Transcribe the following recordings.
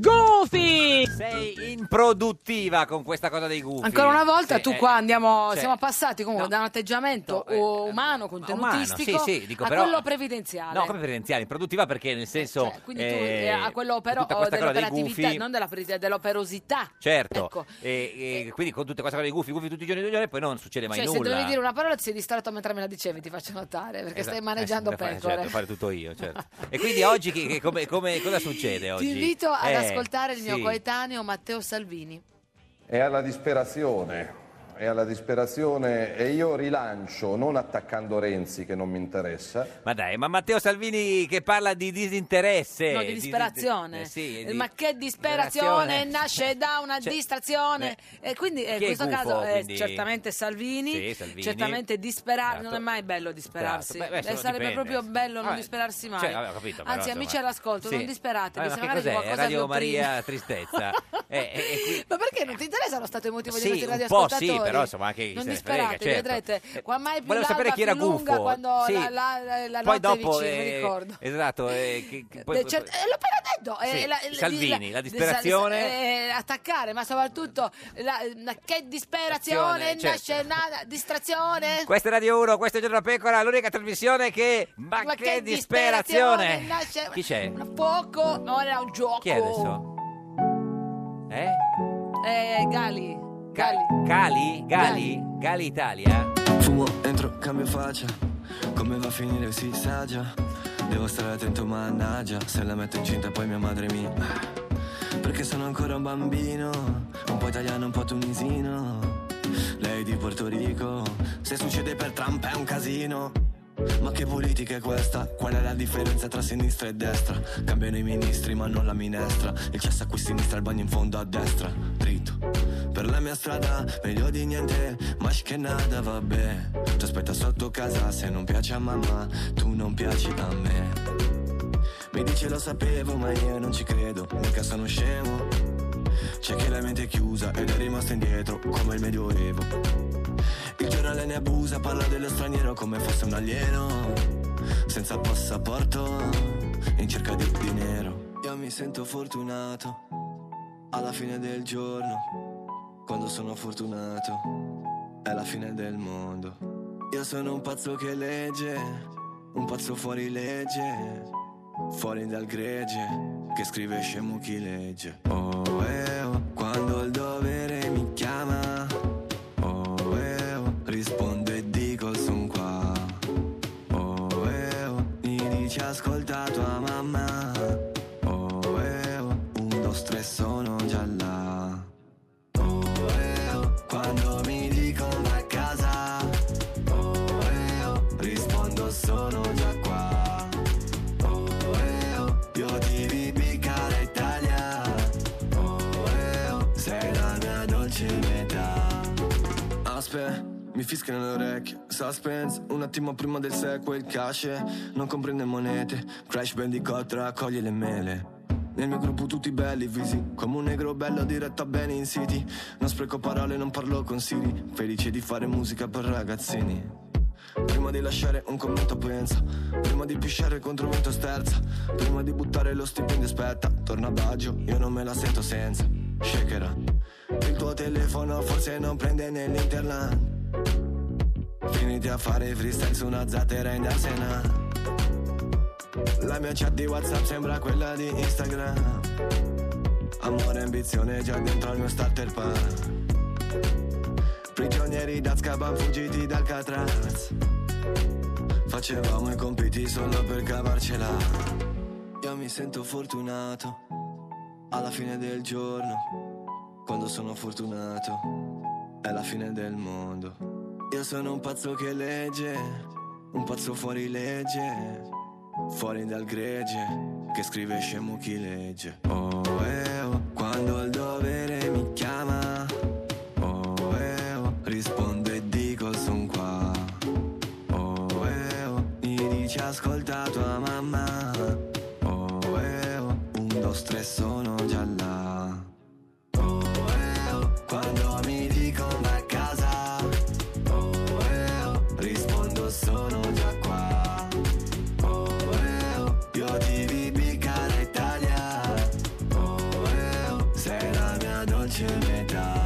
Goofy! Sei improduttiva con questa cosa dei gufi. Ancora una volta Sì, tu eh, qua andiamo, cioè, siamo passati comunque no. eh, da un atteggiamento o- umano, contenutistico, umano, sì, sì, dico, a però- quello previdenziale. No, come credenziale, improduttiva perché nel senso... Quindi tu eh, eh, a quello però eh, tutta questa cosa dei dell'operatività, gufi- non della previdenziale, dell'operosità. Certo, Ecco. e, e quindi con tutte queste cose dei gufi, gufi tutti i giorni, tutti i giorni, poi non succede mai cioè, se nulla. dovevi dire una parola ti sei distratto mentre me la dicevi, ti faccio notare, perché Esatto, stai maneggiando eh, sì, da fare- pecore. Certo, fare tutto io, certo. E quindi oggi che- che- come, come- cosa succede oggi? Ti invito ad Eh, ascoltare il mio sì. coetaneo Matteo Salvini. È alla disperazione, è alla disperazione e io rilancio, non attaccando Renzi che non mi interessa. Ma dai, ma Matteo Salvini che parla di disinteresse. no, di disperazione. eh, sì, Eh, di- Ma che disperazione disperazione. nasce da una Cioè, distrazione. E quindi eh, in chi è questo gufo, caso eh, quindi? certamente Salvini, Sì, Salvini. certamente disperarsi, Esatto. non è mai bello disperarsi. Esatto. Beh, beh, Eh, se no sarebbe dipende. proprio bello non Vabbè, disperarsi mai. cioè, vabbè, ho capito, però, Anzi, insomma. amici all'ascolto, Sì. non disperatevi, Ma se che magari cos'è? qualcosa vi Radio opprime. Maria Tristezza. Eh, eh, eh, qui- Ma perché non ti interessa lo stato emotivo Sì, di questi un po' sì, radioascoltatori? però, insomma, anche chi non se ne frega, disperatevi, certo. vedrete, qua mai più volevo l'alba sapere chi era più lunga gufo. quando Sì. la, la, la poi notte è dopo... vicina, mi eh, ricordo. Esatto. eh, che- che- poi- Beh, certo, eh, l'ho appena detto. eh, Sì, la- la- Salvini, la di- disperazione. eh, attaccare, ma soprattutto la- la- che disperazione, Azione, certo. nasce nada, distrazione. Questa è Radio 1, questa è Giorno da Pecora, l'unica trasmissione che... Ma, Ma che disperazione! Chi c'è? nasce poco, ma ora è un gioco. Chi è adesso? Eh? Eh, Gali. Gali. Cali? Gali? Gali Italia? Fumo, entro, cambio faccia. Come va a finire si sa già. Devo stare attento, mannaggia. Se la metto incinta poi mia madre mi. Perché sono ancora un bambino, un po' italiano, un po' tunisino. Lei di Porto Rico, se succede per Trump è un casino. Ma che politica è questa? Qual è la differenza tra sinistra e destra? Cambiano i ministri ma non la minestra. Il cesso a qui a sinistra, il bagno in fondo a destra. Dritto. Per la mia strada, meglio di niente, ma che nada, vabbè. Ti aspetta sotto casa, se non piace a mamma, tu non piaci a me. Mi dice lo sapevo, ma io non ci credo, mica sono scemo. C'è chi la mente è chiusa ed è rimasto indietro, come il medioevo. Il giornale ne abusa, parla dello straniero come fosse un alieno. Senza passaporto, in cerca di dinero. Io mi sento fortunato, alla fine del giorno, quando sono fortunato, è la fine del mondo. Io sono un pazzo che legge, un pazzo fuori legge, fuori dal gregge, che scrive scemo chi legge. Oh, eh, oh, quando il dovere mi chiama, oh, eh, oh, rispondo e dico son qua. Oh, eh, oh, mi dice ascolta tua mamma. Oh, eh, oh, un, due, tre, sono già là. Oh, eh, oh, quando mi dicono a casa. Oh, eh, oh, rispondo sono già qua. Oh, eh, oh, io ti vivi cara Italia. Oh, eh, oh, sei la mia dolce metà. Aspe, mi fischiano le orecchie. Suspense, un attimo prima del sequel. Cash, non comprende monete. Crash Bandicoot raccoglie le mele. Nel mio gruppo tutti belli visi, come un negro bello diretto a bene in city. Non spreco parole, non parlo con Siri. Felice di fare musica per ragazzini. Prima di lasciare un commento pensa Prima di pisciare contro un vento sterza Prima di buttare lo stipendio aspetta Torna Baggio, io non me la sento senza Shakera Il tuo telefono forse non prende nell'interland Finiti a fare freestyle su una zattera in Darsena La mia chat di Whatsapp sembra quella di Instagram Amore e ambizione già dentro al mio starter pack Prigionieri d'Azkaban fuggiti dal Catraz Facevamo i compiti solo per cavarcela Io mi sento fortunato Alla fine del giorno Quando sono fortunato È la fine del mondo Io sono un pazzo che legge Un pazzo fuori legge Fuori dal gregge Che scrive scemo chi legge Oh, eh, oh Quando il dovere mi chiama Oh, eh, oh, rispondo e dico son qua. Oh, eh, oh, mi dici ascolta tua mamma. Oh, eh, oh, un, dos, tre, sono già là. Oh, eh, oh, quando mi dicono va a casa. Oh, eh, oh, rispondo sono già qua. Oh, eh, oh, io ti vi bicara Italia. Oh, eh, oh, sei la mia dolce metà.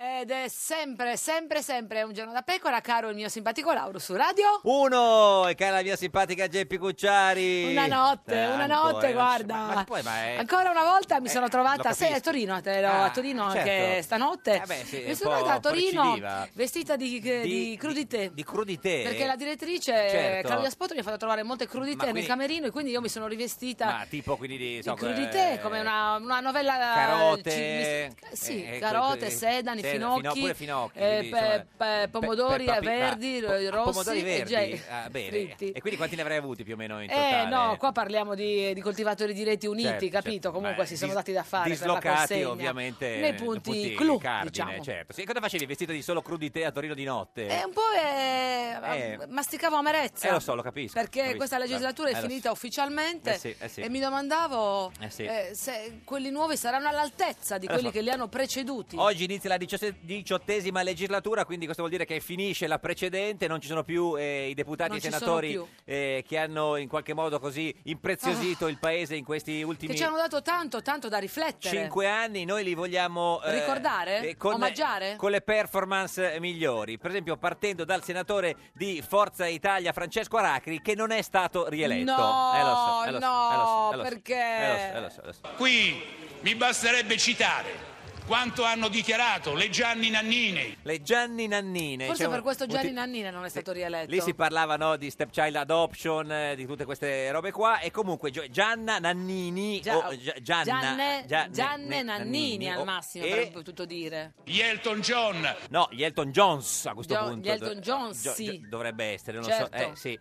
Ed è sempre, sempre, sempre un giorno da pecora, caro il mio simpatico Lauro su radio. Uno, e cara la mia simpatica Geppi Cucciari. Una notte, una Tanto, notte, eh, guarda. Ma, ma poi, ma è... Ancora una volta mi sono lo trovata, capisco. sei a Torino, te l'ho- Ah, a Torino certo. anche stanotte. Eh beh, sì, è mi un sono po' trovata a Torino recidiva. vestita di, di, crudité. Di crudité? Perché la direttrice Certo. Claudia Spotto mi ha fatto trovare molte crudité Ma nel quindi- camerino e quindi io mi sono rivestita Ma Ah, tipo quindi di... so, di crudité, eh, come una, una novella eh, Carote, ci- mi- sì, eh, eh, carote, quel- sedani, sedani, finocchi, fino- pure finocchi, eh, quindi, insomma, pe- pe- pomodori pe- papi- ma- verdi, ah, po- eh, rossi pomodori verdi? e ge- Ah, bene. fritti. E quindi quanti ne avrei avuti più o meno in Eh totale? no, qua parliamo di, di coltivatori diretti uniti, Certo, certo. capito? Comunque Ma si sono dis- dati da fare per la dislocati consegna. ovviamente nei punti, clou, cardine, diciamo. certo. Sì, cosa facevi vestito di solo crudité a Torino di notte? E un po' eh, Eh. masticavo amarezza. Eh, lo so, lo capisco, Perché capisco. questa legislatura Eh, è lo so. finita ufficialmente Eh sì, eh sì. e mi domandavo Eh sì. eh, se quelli nuovi saranno all'altezza di Eh, lo quelli so. che li hanno preceduti. Oggi inizia la diciotse- diciottesima legislatura, quindi questo vuol dire che finisce la precedente, non ci sono più eh, i deputati e Non i ci sono senatori più. eh, che hanno in qualche modo così impreziosito il paese in questi Ah. che ultimi ci hanno dato tanto, tanto da riflettere. cinque anni. Noi li vogliamo eh, Ricordare? eh, con, Omaggiare? con le performance eh, migliori. Per esempio, partendo dal senatore di Forza Italia, Francesco Aracri, che non è stato rieletto. No, Eh, lo so, eh, lo so, eh, lo so, no, eh, lo so, perché? eh, lo so, eh, lo so, eh, lo so. Qui mi basterebbe citare quanto hanno dichiarato le Gianni Nannini, Le Gianni Nannine. diciamo Forse c'è un- per questo un Gianni ti- Nannina non è stato rieletto. Lì si parlava no, di stepchild adoption, eh, di tutte queste robe qua. E comunque Gio- Gianna Nannini. Gia- o Gia- oh, Gianna, Gianne, Gia- Gianne ne- Nannini o- al massimo e- avrebbe potuto dire. gli Elton John, No, gli Elton Jones a questo Gio- punto. gli Elton do- John, Gio- sì. Gio- dovrebbe essere, non Certo. so. Eh, sì.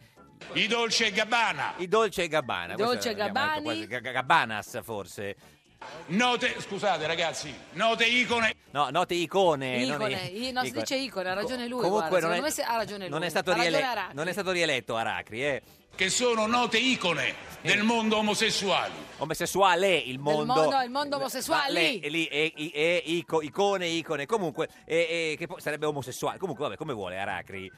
i Dolce e Gabbana, I Dolce e Gabbana. I questo Dolce e l'abbiamo detto Gabbani. quasi- Ga- Ga- Gabbanas forse. note, scusate ragazzi, note icone No, note icone. Eh, non Icone, i- no, si dice icone, ha ragione lui, Comunque guarda, non è, secondo me se- ha ragione non lui, è stato ha ragione riele- Aracri. non è stato rieletto Aracri, eh. che sono note icone del mondo omosessuale. omosessuale il mondo mondo- il mondo omosessuale. Ma lei è lì e, i- e ico- icone icone comunque e- e che poi sarebbe omosessuale comunque vabbè come vuole Aracri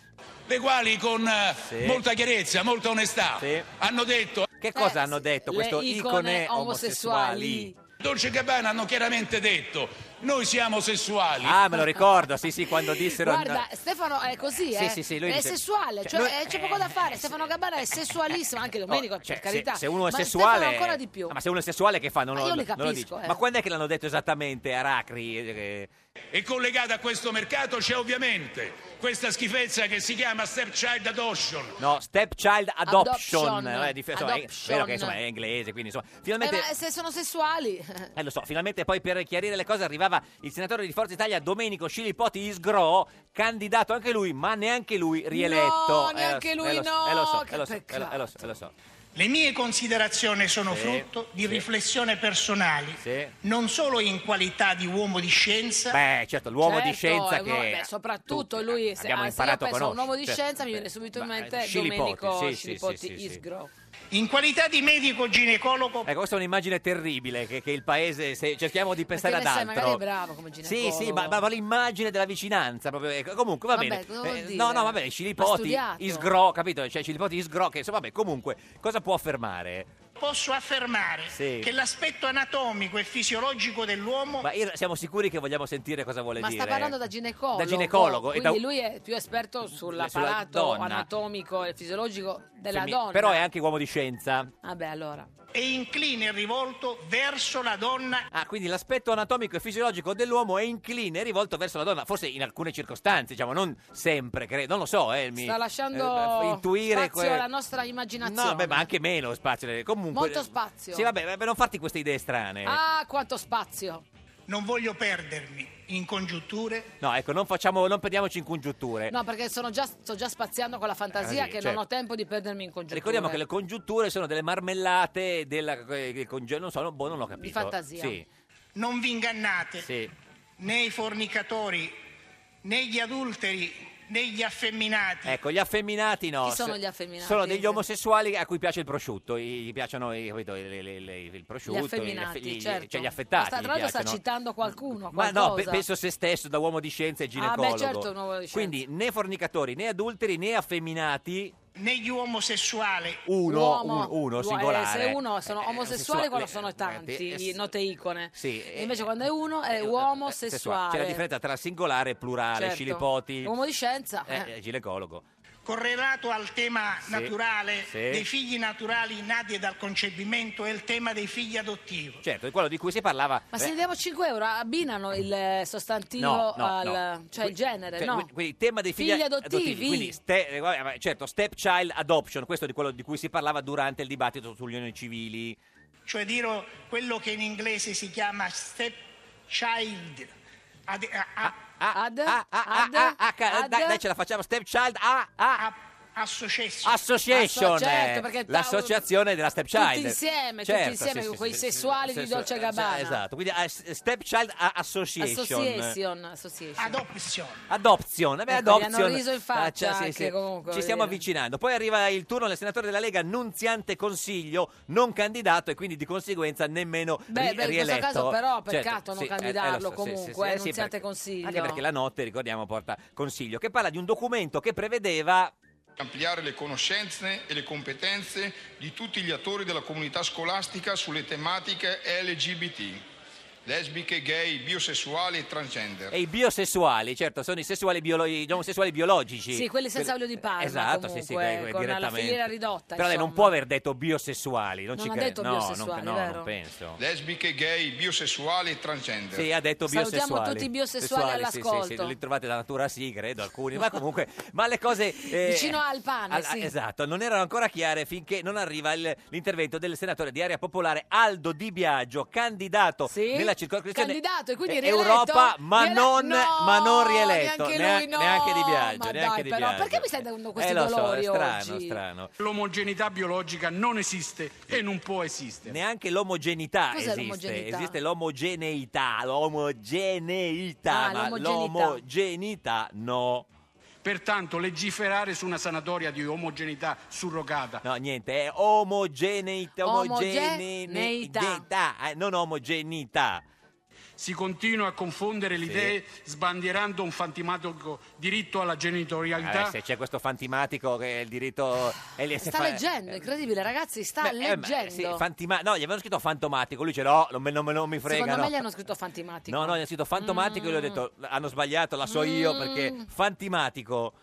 Le quali con eh, Sì. molta chiarezza, molta onestà Sì. hanno detto che cosa Eh, hanno sì, detto le questo icone, icone omosessuali omosessuali. Dolce e Gabbana hanno chiaramente detto noi siamo sessuali. ah me lo ricordo sì sì quando dissero Guarda, Stefano è così, Sì, eh. sì, sì, lui è dice- sessuale, cioè, cioè, noi- eh, c'è poco da fare. Stefano Gabbana è sessualissimo, anche Domenico, Oh, cioè, per carità. se, se uno è Ma sessuale Stefano ancora di più. Ah, ma se uno è sessuale che fa non, Ma lo, io li non lo capisco, dice eh. ma quando è che l'hanno detto esattamente Aracri Eh, E collegata a questo mercato c'è ovviamente questa schifezza che si chiama stepchild adoption. No, stepchild adoption. Adoption. eh, dif- insomma, è- Adoption. vero che insomma, è inglese, quindi insomma, Eh, finalmente ma se sono sessuali, Eh lo so, finalmente poi per chiarire le cose arrivava il senatore di Forza Italia Domenico Scilipoti Isgro, candidato anche lui, ma neanche lui rieletto. No, neanche eh, lo so, lui, eh, lo so, no, eh, lo so, che eh, lo so, eh, peccato. eh, lo so, eh, lo so. Le mie considerazioni sono Sì, frutto di sì. riflessioni personali, Sì. non solo in qualità di uomo di scienza, Beh, certo, l'uomo Certo, di scienza è un che... uomo- beh, soprattutto tutti lui, a- se- abbiamo ah, se io imparato a penso a un uomo di conoscere, scienza, certo, mi viene subito ma- in mente Scilipoti, Domenico sì, sì, Scilipoti sì, sì, sì. Isgro. in qualità di medico ginecologo Ecco, questa è un'immagine terribile che, che il paese, se cerchiamo di pensare Perché ad ne sai, altro. magari è bravo come Sì, ginecologo. sì, ma, ma- ma l'immagine della vicinanza proprio. ecco, comunque va Vabbè, bene. Eh, cosa vuol dire? no, no, va bene, Ha Scilipoti, studiato. Isgro, capito? Cioè Scilipoti Isgro che insomma, vabbè, comunque cosa può affermare? posso affermare Sì. che l'aspetto anatomico e fisiologico dell'uomo Ma io- siamo sicuri che vogliamo sentire cosa vuole Ma dire? ecco. sta parlando da ginecologo. Da ginecologo e da- Quindi Mm, lui è più esperto sulla sull'apparato donna. anatomico e fisiologico della Femmi- donna. Però è anche uomo di scienza. Vabbè, allora. è incline e rivolto verso la donna Ah, quindi l'aspetto anatomico e fisiologico dell'uomo è incline, è rivolto verso la donna, forse in alcune circostanze, diciamo, non sempre, credo, non lo so, eh, mi- Sta lasciando eh, intuire spazio que- alla nostra immaginazione. No, beh, ma anche meno spazio. Comunque, Molto spazio. Sì, vabbè, vabbè, non farti queste idee strane. Ah, quanto spazio! Non voglio perdermi in congiunture. No, ecco, non, facciamo, non perdiamoci in congiunture. No, perché sono già, sto già spaziando con la Eh. fantasia Ah, sì, che cioè- non ho tempo di perdermi in congiunture. Ricordiamo che le congiunture sono delle marmellate della, eh, conge- non so, non, boh, non ho capito. fantasia. Sì, Non vi ingannate sì. né i fornicatori, né gli adulteri, né gli affemminati. Ecco, gli affemminati no. Chi sono S- gli affemminati? Sono degli omosessuali a cui piace il prosciutto, i- gli piacciono i- capito, le- le- le- il prosciutto, gli gli affeminati, affe- gli- certo. cioè gli affettati. Sta- gli tra l'altro sta piacciono. citando qualcuno, Ma qualcosa. no, pe- penso a se stesso da uomo di scienza e ginecologo. certo, un uomo di scienza. Quindi né fornicatori, né adulteri, né affeminati. Né gli omosessuali. Uno, Uomo. un- uno Uo- eh, singolare. se uno sono omosessuali, omosessuale- quando sono tanti, eh, i noteicone. Sì, eh, Invece quando è uno è sessuale. C'è la uomosessuale. differenza tra singolare e plurale, Certo. scilipoti, Uomo di scienza. eh, eh, ginecologo. Correlato al tema Sì, naturale sì. dei figli naturali nati dal concepimento è il tema dei figli adottivi. Certo, è quello di cui si parlava. Ma eh, se ne diamo 5 euro, abbinano il eh, sostantivo No, no, al no. cioè il genere, Cioè, no? quindi- Quindi tema dei figli, Figli adottivi. Quindi ste- eh, vabbè, ma certo, step child adoption, questo è di quello di cui si parlava durante il dibattito sulle unioni civili. cioè dire quello che in inglese si chiama step child. Ad, a- a- ad, ad, Ah, ca- dai, dai, ce la facciamo, step child a, a- association. association, Asso- certo, eh, perché ta- l'associazione della step child. Tutti insieme, Certo, tutti insieme sì, con sì, quei sì, sessuali sì, di sì, Dolce sì, Gabbana. Esatto, quindi eh, s- step child a- association. Association, association. Adoption. Adoption, eh beh, Ecco, gli adoption. hanno riso in faccia Ah, cioè, anche, comunque, Ci voglio stiamo dire. avvicinando. Poi arriva il turno del senatore della Lega, nunziante consiglio, non candidato e quindi di conseguenza nemmeno Beh, ri- beh, in rieletto. questo caso però Certo, peccato non sì, eh, eh, lo candidarlo so, sì, sì, comunque, sì, eh, eh, sì, non siate perché- consiglio. Anche perché la notte, ricordiamo, porta consiglio, che parla di un documento che prevedeva ampliare le conoscenze e le competenze di tutti gli attori della comunità scolastica sulle tematiche LGBT, lesbiche, gay, biosessuali e transgender. e i biosessuali, certo, sono i sessuali biolo- gli omosessuali biologici. Sì, quelli senza olio di Parma Esatto, comunque, sì, sì, que- que- con la direttamente. filiera ridotta. Però lei non insomma. può aver detto biosessuali, non, Non ci ha credo. detto no, non- biosessuali, no, vero? non penso. Lesbiche, gay, biosessuali e transgender. Sì, ha detto biosessuali. Salutiamo tutti i biosessuali Sessuali, Sì, sì, all'ascolto. sì, li trovate da natura, sì, credo, alcuni. Ma comunque, ma le cose... eh, Vicino al pane, al- sì. Esatto, non erano ancora chiare finché non arriva il- l'intervento del senatore di Area Popolare Aldo Di Biagio, candidato nella circoscrizione Candidato e quindi eh, rieletto? Europa, ma, Riele- non, No, ma non rieletto. neanche lui, neanche, no, neanche Di Biagio. ma neanche dai, Di però, Biagio. perché mi stai dando questi eh, lo so, dolori è strano, oggi? strano. L'omogeneità biologica non esiste e non può esistere. Neanche l'omogeneità Cos'è esiste, l'omogeneità? esiste l'omogeneità, l'omogeneità, Ah, ma l'omogeneità. l'omogeneità no. Pertanto legiferare su una sanatoria di omogeneità surrogata No, niente, è omogeneità. Omogeneità. omogeneità, eh, non omogenità. si continua a confondere le Sì. idee sbandierando un fantomatico diritto alla genitorialità Eh, se c'è questo fantimatico che è il diritto... e lì si Sta eh, fa- leggendo, incredibile, ragazzi, sta Beh, eh, ma- Ah, leggendo. sì, fantima- no, gli avevano scritto fantomatico, lui dice no, non, me- non me- non mi frega. Secondo me no. gli hanno scritto Mm. fantimatico. No, no, gli ha scritto fantomatico e lui ha detto hanno sbagliato, la so io perché fantimatico.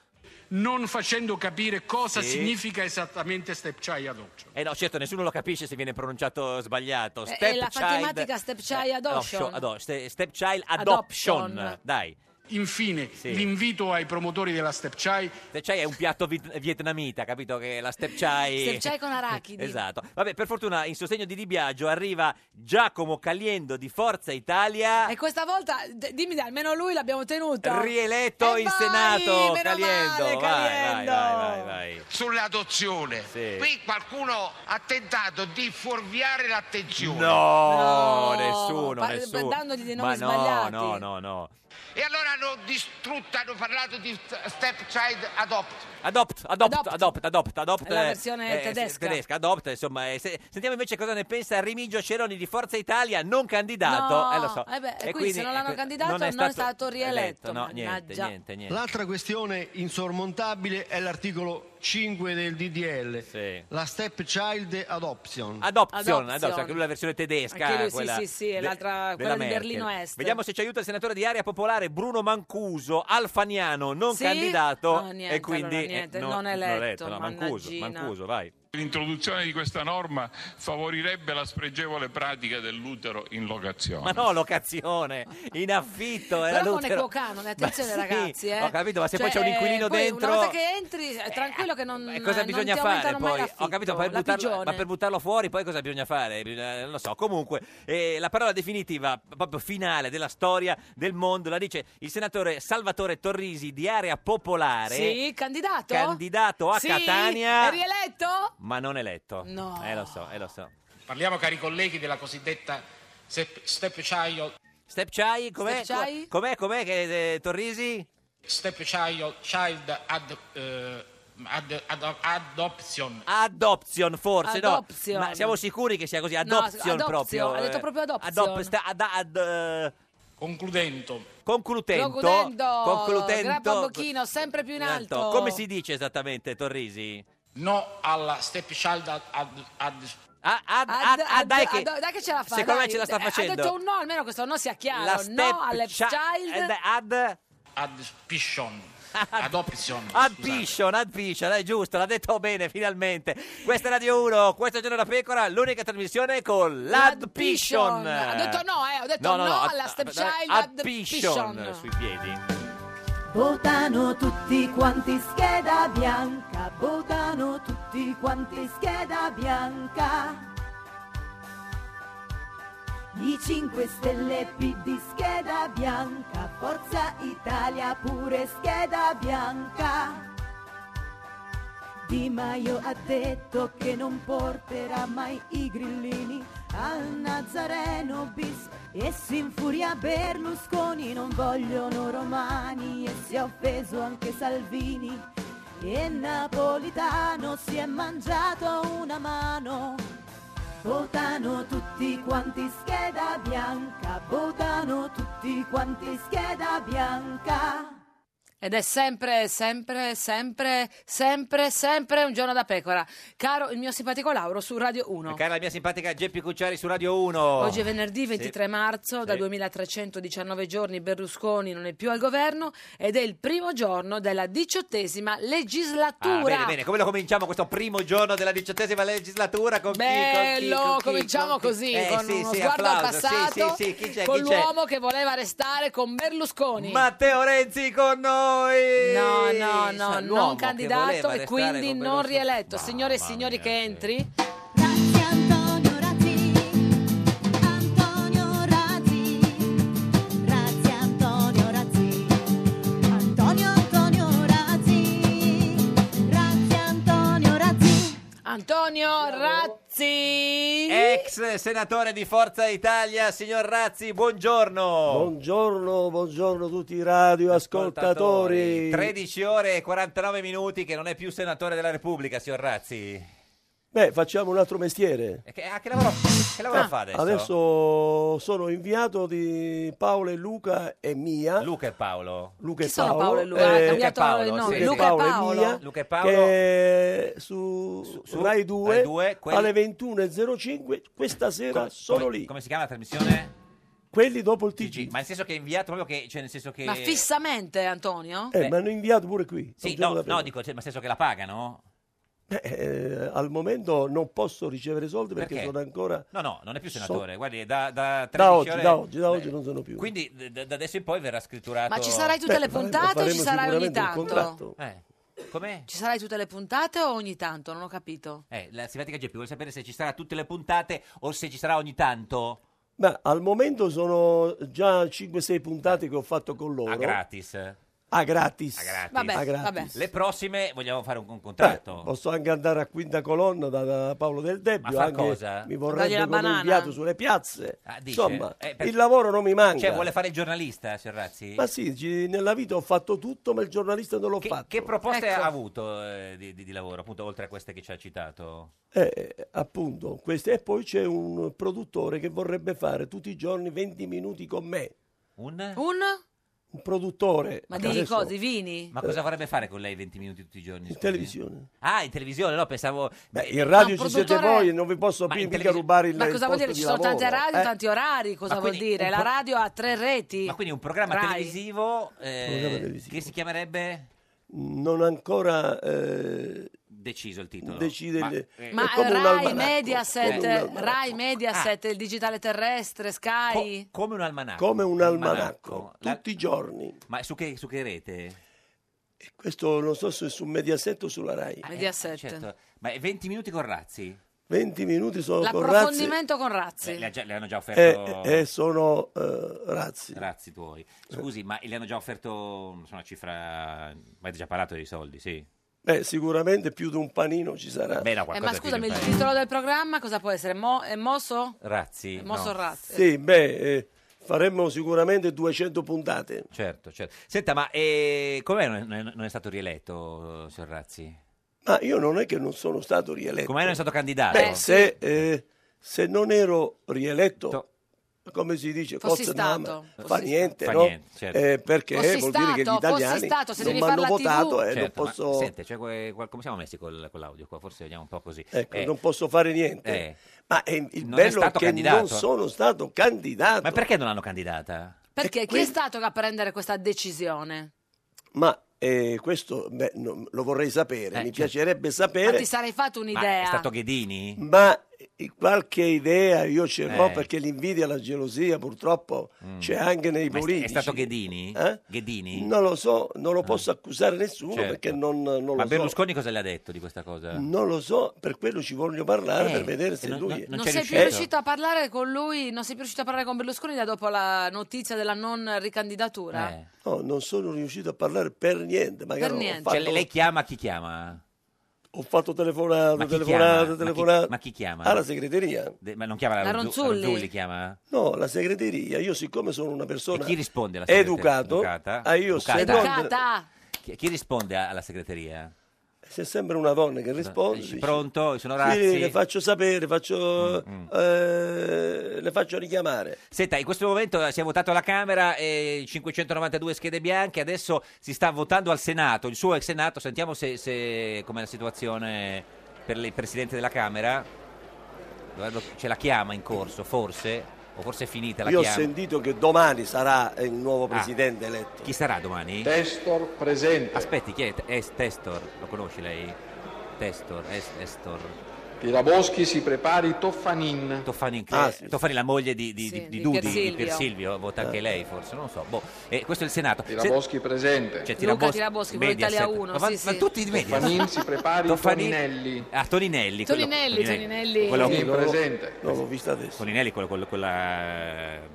non facendo capire cosa Sì. significa esattamente stepchild adoption. Eh no, certo, nessuno lo capisce se viene pronunciato sbagliato. Eh, Step eh, la matematica stepchild adoption. stepchild adoption. Adoption. Dai. Infine, Sì. l'invito ai promotori della stepchild Stepchai è un piatto vit- vietnamita, capito? Che la stepchai... Stepchild con arachidi. Esatto. Vabbè, per fortuna in sostegno di Di Biagio arriva Giacomo Caliendo di Forza Italia. E questa volta, d- dimmi, dai, almeno lui l'abbiamo tenuto. Rieletto E in vai, Senato, meno Caliendo. vai, male, vai, vai, Caliendo. vai, vai. sull'adozione. Sì. Qui qualcuno ha tentato di fuorviare l'attenzione. No, nessuno, pa- nessuno. dandogli dei nomi Ma no, sbagliati. no, no, no. E allora hanno distrutto, hanno parlato di stepchild adopt. Adopt, adopt, adopt, adopt, adopt. È la eh, versione eh, se- tedesca. tedesca, adopt, insomma. eh, se- sentiamo invece cosa ne pensa Remigio Ceroni di Forza Italia, non candidato. No, eh, lo so. eh beh, e quindi se non l'hanno candidato, non è stato rieletto, No, niente, mannaggia. niente, niente. L'altra questione insormontabile è l'articolo 5 del DDL, la stepchild adoption. Adoption, adoption, anche lui la versione tedesca. Anche lui, sì, quella sì, sì, è l'altra- della quella di Merkel. Berlino Est. Vediamo se ci aiuta il senatore di Area Popolare Bruno Mancuso, alfaniano, non Sì? candidato. No, niente, e quindi allora, niente, eh, no, non eletto, no, Mancuso, mannaggina. Mancuso, vai. L'introduzione di questa norma favorirebbe la spregevole pratica dell'utero in locazione. Ma no, locazione, in affitto. era Però con l'utero. Ecocanone, Ma eh, attenzione sì, ragazzi. Eh. Ho capito, ma se poi Cioè, c'è un inquilino poi dentro... Una volta che entri, eh, tranquillo che non, E cosa eh, non ti bisogna fare aumentano mai poi? l'affitto, Ho capito, per la buttarlo, pigione. ma per buttarlo fuori poi cosa bisogna fare? Bisogna- Non lo so. Comunque, eh, la parola definitiva, proprio finale della storia del mondo, la dice il senatore Salvatore Torrisi di Area Popolare. Sì, candidato? Candidato a Sì? Catania. È rieletto? Ma non eletto. No. Eh, lo so, eh, lo so. Parliamo, cari colleghi, della cosiddetta step, step child. Step child, com'è? Step child? Com'è, com'è che eh, Torrisi? Step child, child ad, eh, ad- ad- adoption. Adoption forse, Adoption. no? Ma siamo sicuri che sia così? No, Adoption adoption, proprio. ha detto eh. proprio adoption. Adop- sta- ad- ad- eh. Concludendo. Conclutento. Concludendo, Conclutento. grappa a bocchino, sempre più in alto. Come si dice esattamente, Torrisi? No alla step child ad... ad, ad- ad- Ad- ah, ad- dai che- ad- dai che ce la fa. secondo me dai. ce la sta Eh, facendo. Ha detto un no, almeno questo no sia La chiaro. step No alle chi- child. eh, Ad... Adoption. ah, Adoption. Admission, admission, è giusto, l'ha detto bene finalmente. Questa è Radio 1, questo è Giorno da Pecora, l'unica trasmissione con l'admission. Ha detto no, eh, ho detto no alla ad- stepchild admission. admission. sui piedi. Votano tutti quanti scheda bianca, votano tutti quanti scheda bianca. I 5 Stelle PD scheda bianca, Forza Italia pure scheda bianca. Di Maio ha detto che non porterà mai i grillini al Nazareno bis e si infuria Berlusconi, non vogliono romani e si è offeso anche Salvini e Napolitano si è mangiato una mano. Votano tutti quanti scheda bianca, votano tutti quanti scheda bianca. Ed è sempre, sempre, sempre, sempre, sempre un giorno da pecora. Caro il mio simpatico Lauro su Radio 1. Cara la mia simpatica Geppi Cucciari su Radio 1. Oggi è venerdì 23 marzo, da Sì. 2319 giorni Berlusconi non è più al governo ed è il primo giorno della diciottesima legislatura. Ah, bene, bene, come lo cominciamo questo primo giorno della diciottesima legislatura con chi, con chi, Bello, con chi, cominciamo con chi? così, Eh, con sì, uno sì, sguardo al applauso, sì, passato, sì, sì, chi c'è, con chi c'è? l'uomo che voleva restare con Berlusconi. Matteo Renzi con noi! No, no, Sa, no, l'uomo non che voleva candidato e restare quindi con non Berlusconi. rieletto. Signore e signori che entri, Antonio Razzi, Razzi Antonio Razzi, Antonio Antonio Razzi, Razzi Antonio Razzi. Antonio Razzi. Ex senatore di Forza Italia, signor Razzi, buongiorno. Buongiorno, buongiorno a tutti i radioascoltatori. 13 ore e 49 minuti che non è più senatore della Repubblica, signor Razzi. Beh, facciamo un altro mestiere. E Che, ah, che lavoro, che lavoro fa adesso? Adesso sono inviato di Paolo e Luca e Mia. Luca e Paolo. Luca e Chi sono Paolo, Paolo e Luca? Ha cambiato Paolo, il nome. sì, Luca sì. e Paolo Paolo? Mia, Luca e Paolo? che su, su Rai 2, Rai 2, quelli- alle 21.05 questa sera Come- sono come- lì. Come si chiama la trasmissione? Quelli dopo il TG. Ma nel senso che è inviato proprio che... Cioè nel senso che... ma fissamente Antonio? Eh, mi hanno inviato pure qui. Sì, Non no, c'era da no, dico, cioè, ma nel senso che la pagano? Beh, eh, al momento non posso ricevere soldi perché, Perché? sono ancora No, no, non è più So- senatore. Guardi, da, da 13 da oggi, ore... da oggi, da oggi non sono più. Quindi d- d- da adesso in poi verrà scritturato... Ma ci sarai tutte le puntate o ci faremo sarai ogni sicuramente un tanto? contratto. Eh, com'è? Ci sarai tutte le puntate o ogni tanto? Non ho capito. Eh, la simpatica Geppi vuole sapere se ci sarà tutte le puntate o se ci sarà ogni tanto. Ma al momento sono già 5-6 puntate che ho fatto con loro. A Ah, gratis. A Ah, gratis. gratis. Vabbè, A gratis. vabbè. Le prossime vogliamo fare un, un contratto. Posso anche andare a quinta colonna da, da Paolo Del Debbio. Oh. Ma far anche cosa? Mi Dargli vorrebbe la come banana? inviato sulle piazze. Ah, dice? Insomma, Eh, per- il lavoro non mi manca. Cioè, vuole fare il giornalista, Serrazzi? Ma sì, ci- nella vita ho fatto tutto, ma il giornalista non l'ho Che, fatto. che proposte Ecco. ha avuto eh, di, di- di lavoro, appunto, oltre a queste che ci ha citato? Eh, appunto, queste. E poi c'è un produttore che vorrebbe fare tutti i giorni 20 minuti con me. Un? Un? Un produttore. Ma di Adesso- cosa? I vini? Ma cosa vorrebbe fare con lei 20 minuti tutti i giorni? In scusi? televisione. Ah, in televisione, no, pensavo... Beh, in radio Ma un ci siete produttore- voi e non vi posso Ma più in mica televisione- rubare il Ma cosa vuol il dire? posto Ci di sono tante lavoro, radio, eh? tanti orari. Cosa Ma vuol quindi dire? un La pro- radio ha tre reti. Ma quindi un programma televisivo, eh, Programma televisivo. che si chiamerebbe Non ancora eh, deciso il titolo. Decide Ma- il- eh, Ma è come un Rai, almanacco, Mediaset, come un ecco. Ah. almanacco. Rai, Mediaset, il digitale terrestre, Sky. come un almanacco. eh, Come un almanacco, La- tutti i giorni. Ma su che, su che rete? Questo non so se è su Mediaset o sulla Rai. Ah, Mediaset. Certo. Ma è 20 minuti con Razzi? Eh, 20 minuti sono con Razzi Eh, L'approfondimento con Razzi. Le, ha già- le hanno già e, offerto... e sono eh, Razzi. Razzi tuoi. Scusi, ma le hanno già offerto insomma, una cifra... Avete già parlato dei soldi, sì? Beh, sicuramente più di un panino ci sarà. Beh, no, Eh, qualcosa ma più scusami, del il paese. titolo del programma cosa può essere? Mo- è Mosso? Razzi? Eh, Mosso no. Razzi. Sì, beh, eh, faremmo sicuramente 200 puntate. Certo, certo. Senta, ma eh, com'è non è, non è stato rieletto, signor Razzi? Ma io non è che non sono stato rieletto. Com'è non è stato candidato? Beh, se, eh, se non ero rieletto, come si dice, Fossi forse stato. nama, Fossi fa stato. niente, Fa no? niente, certo. Eh, perché Fossi vuol dire che gli stato, fossi italiani stato, se non mi devi far hanno la TV. votato e eh, non Certo, ma posso... sente, cioè, que- qual- come siamo messi col- con l'audio qua? Forse vediamo un po' così. Ecco, Eh, non posso fare niente. eh. Ma eh, il Non è bello è, stato che candidato. non sono stato candidato. Ma perché non l'hanno candidata? Perché chi è stato a prendere questa decisione? Ma eh, questo beh, no, lo vorrei Eh, sapere, certo. mi piacerebbe Ma sapere. ti sarei fatto un'idea. Ghedini? Ma eh, qualche idea io ce l'ho Eh. perché l'invidia e la gelosia purtroppo Mm. c'è anche nei Ma è- politici. È stato Ghedini? Eh? Ghedini? Ah. Non lo so, non lo posso accusare nessuno Certo. perché non, non lo Ma so. Berlusconi cosa le ha detto di questa cosa? Non lo so, per quello ci voglio parlare, Eh, per vedere se non- lui... non- è- non Non sei più riuscito a parlare con lui, non sei più riuscito a parlare con Berlusconi da dopo la notizia della non Eh. ricandidatura? Eh. No, non sono riuscito a parlare per niente. Magari ho niente. fatto- Cioè, lei, lei chiama chi chiama? Ho fatto telefonate, Ma chi telefonate, chiama? Ma chi- telefonate. ma chi chiama? Alla segreteria. De- ma non chiama la, La Ronzu- Ronzulli? Ronzulli chiama? No, la segreteria. Io siccome sono una persona... E chi risponde alla segreteria? Educato. Educata? ah, io se Educata? non- Educata! Chi, chi risponde a- alla segreteria? Se sembra una donna che risponde... Dici, dice, Pronto? Sono Razzi? Mm, Sì, le faccio sapere, faccio, eh, le faccio richiamare. Senta, in questo momento eh, si è votato alla Camera eh, 592 schede bianche, adesso si sta votando al Senato, il suo ex Senato, sentiamo se, se- com'è la situazione per il Presidente della Camera. Guardo, c'è la chiama in corso, forse, o forse è finita la Ah. Io ho chiama. sentito che domani sarà il nuovo presidente eletto. Chi sarà domani? Testor presente. Aspetti, chi è? Es- Testor, lo conosci lei? Testor, Es- Estor. Tiraboschi si prepari Toffanin. Toffanin, Ah, Tofani, la moglie di, di, Sì, di- di di Dudi, Pier di Pier Silvio. Silvio, vota anche Eh. lei forse, non lo so. Boh. Eh, questo è il Senato. Se- Tiraboschi presente. Cioè, Luca Tiraboschi, quello Mediaset. Italia 1, Ma, ma- sì, ma sì. tutti di media. Toffanin si prepari Toninelli. Ah, Toninelli. quello- Toninelli, Toninelli. Quello Sì, quello- presente. No, l'ho vista adesso. Toninelli, quello con la, la...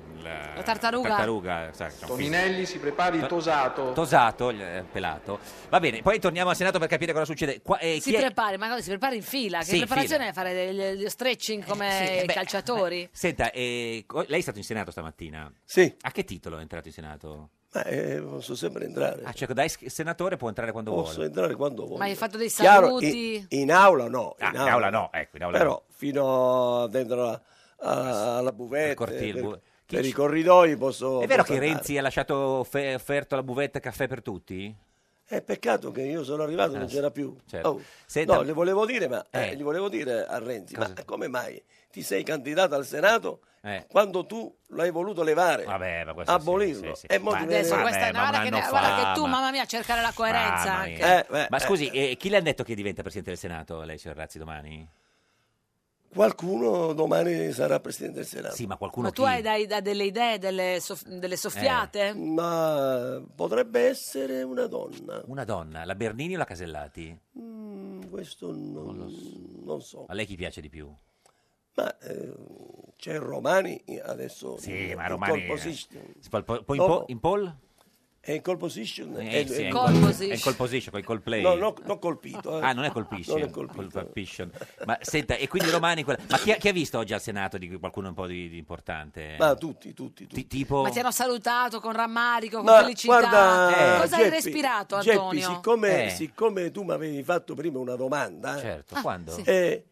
La tartaruga. tartaruga, sa, c'è un film. Toninelli si prepari Tosato. Tosato, eh, pelato. Va bene, poi torniamo al Senato per capire cosa succede. Qua- eh, Si chi è- prepari, ma cosa, si prepara in fila? Che Sì, in preparazione è fare degli- degli stretching come sì, eh, i beh, calciatori? Senta, eh, co- lei è stato in Senato stamattina? Sì. A che titolo è entrato in Senato? Ma eh, posso sempre entrare. Ah, cioè, da ex senatore può entrare quando Posso vuole. entrare quando voglio. Ma hai fatto dei Chiaro, saluti? in, in aula no. Ah, in aula no, ecco, in aula Però no. fino a- dentro la- a- alla buvette, cortile, per, bu- Chi per ci- i corridoi posso... È vero posso che andare. Renzi ha lasciato offe- offerto la buvetta caffè per tutti? È peccato che io sono arrivato e non Ah, c'era più. certo. Oh, Senta- no, le volevo dire, ma, eh, Eh. gli volevo dire a Renzi, ma come mai ti sei candidato al Senato Eh. quando tu l'hai voluto levare, Vabbè, ma questo sì, abolirlo? sì, sì. E mo Ma ti Adesso viene- questa, guarda, che, anno Eh, guarda fa, che tu, ma- mamma mia, a cercare la coerenza Mamma anche. mia. Eh, beh, Ma eh. scusi, eh, chi le ha detto che diventa Presidente del Senato, lei, signor Razzi, domani? Qualcuno domani sarà Presidente del Senato. Sì, ma qualcuno Ma tu eh? hai dai- da delle idee, delle, soff- Eh. delle soffiate? Ma potrebbe essere una donna. Una donna, la Bernini o la Casellati? Mm, questo non, non so. A lei chi piace di più? Ma eh, c'è Romani adesso. Sì, in- ma in Romani... pole position. Si fa- Poi in, Dopo- po- in pole? È in call position? Eh, È- sì, è- è in no, col- position. È in call position, con il call play. no, non colpito. eh. Ah, non è colpisce. Non è colpito. Ma senta, e quindi Romani... quella- Ma chi ha, chi ha visto oggi al Senato di qualcuno un po' di, di importante? Ma tutti, tutti, tutti. Ti- tipo... Ma ti hanno salutato con rammarico, con Ma felicità. guarda, Cosa hai Geppi, respirato, Geppi, Antonio? siccome, Eh. siccome tu mi avevi fatto prima una domanda, Certo, Ah, quando? sì. eh,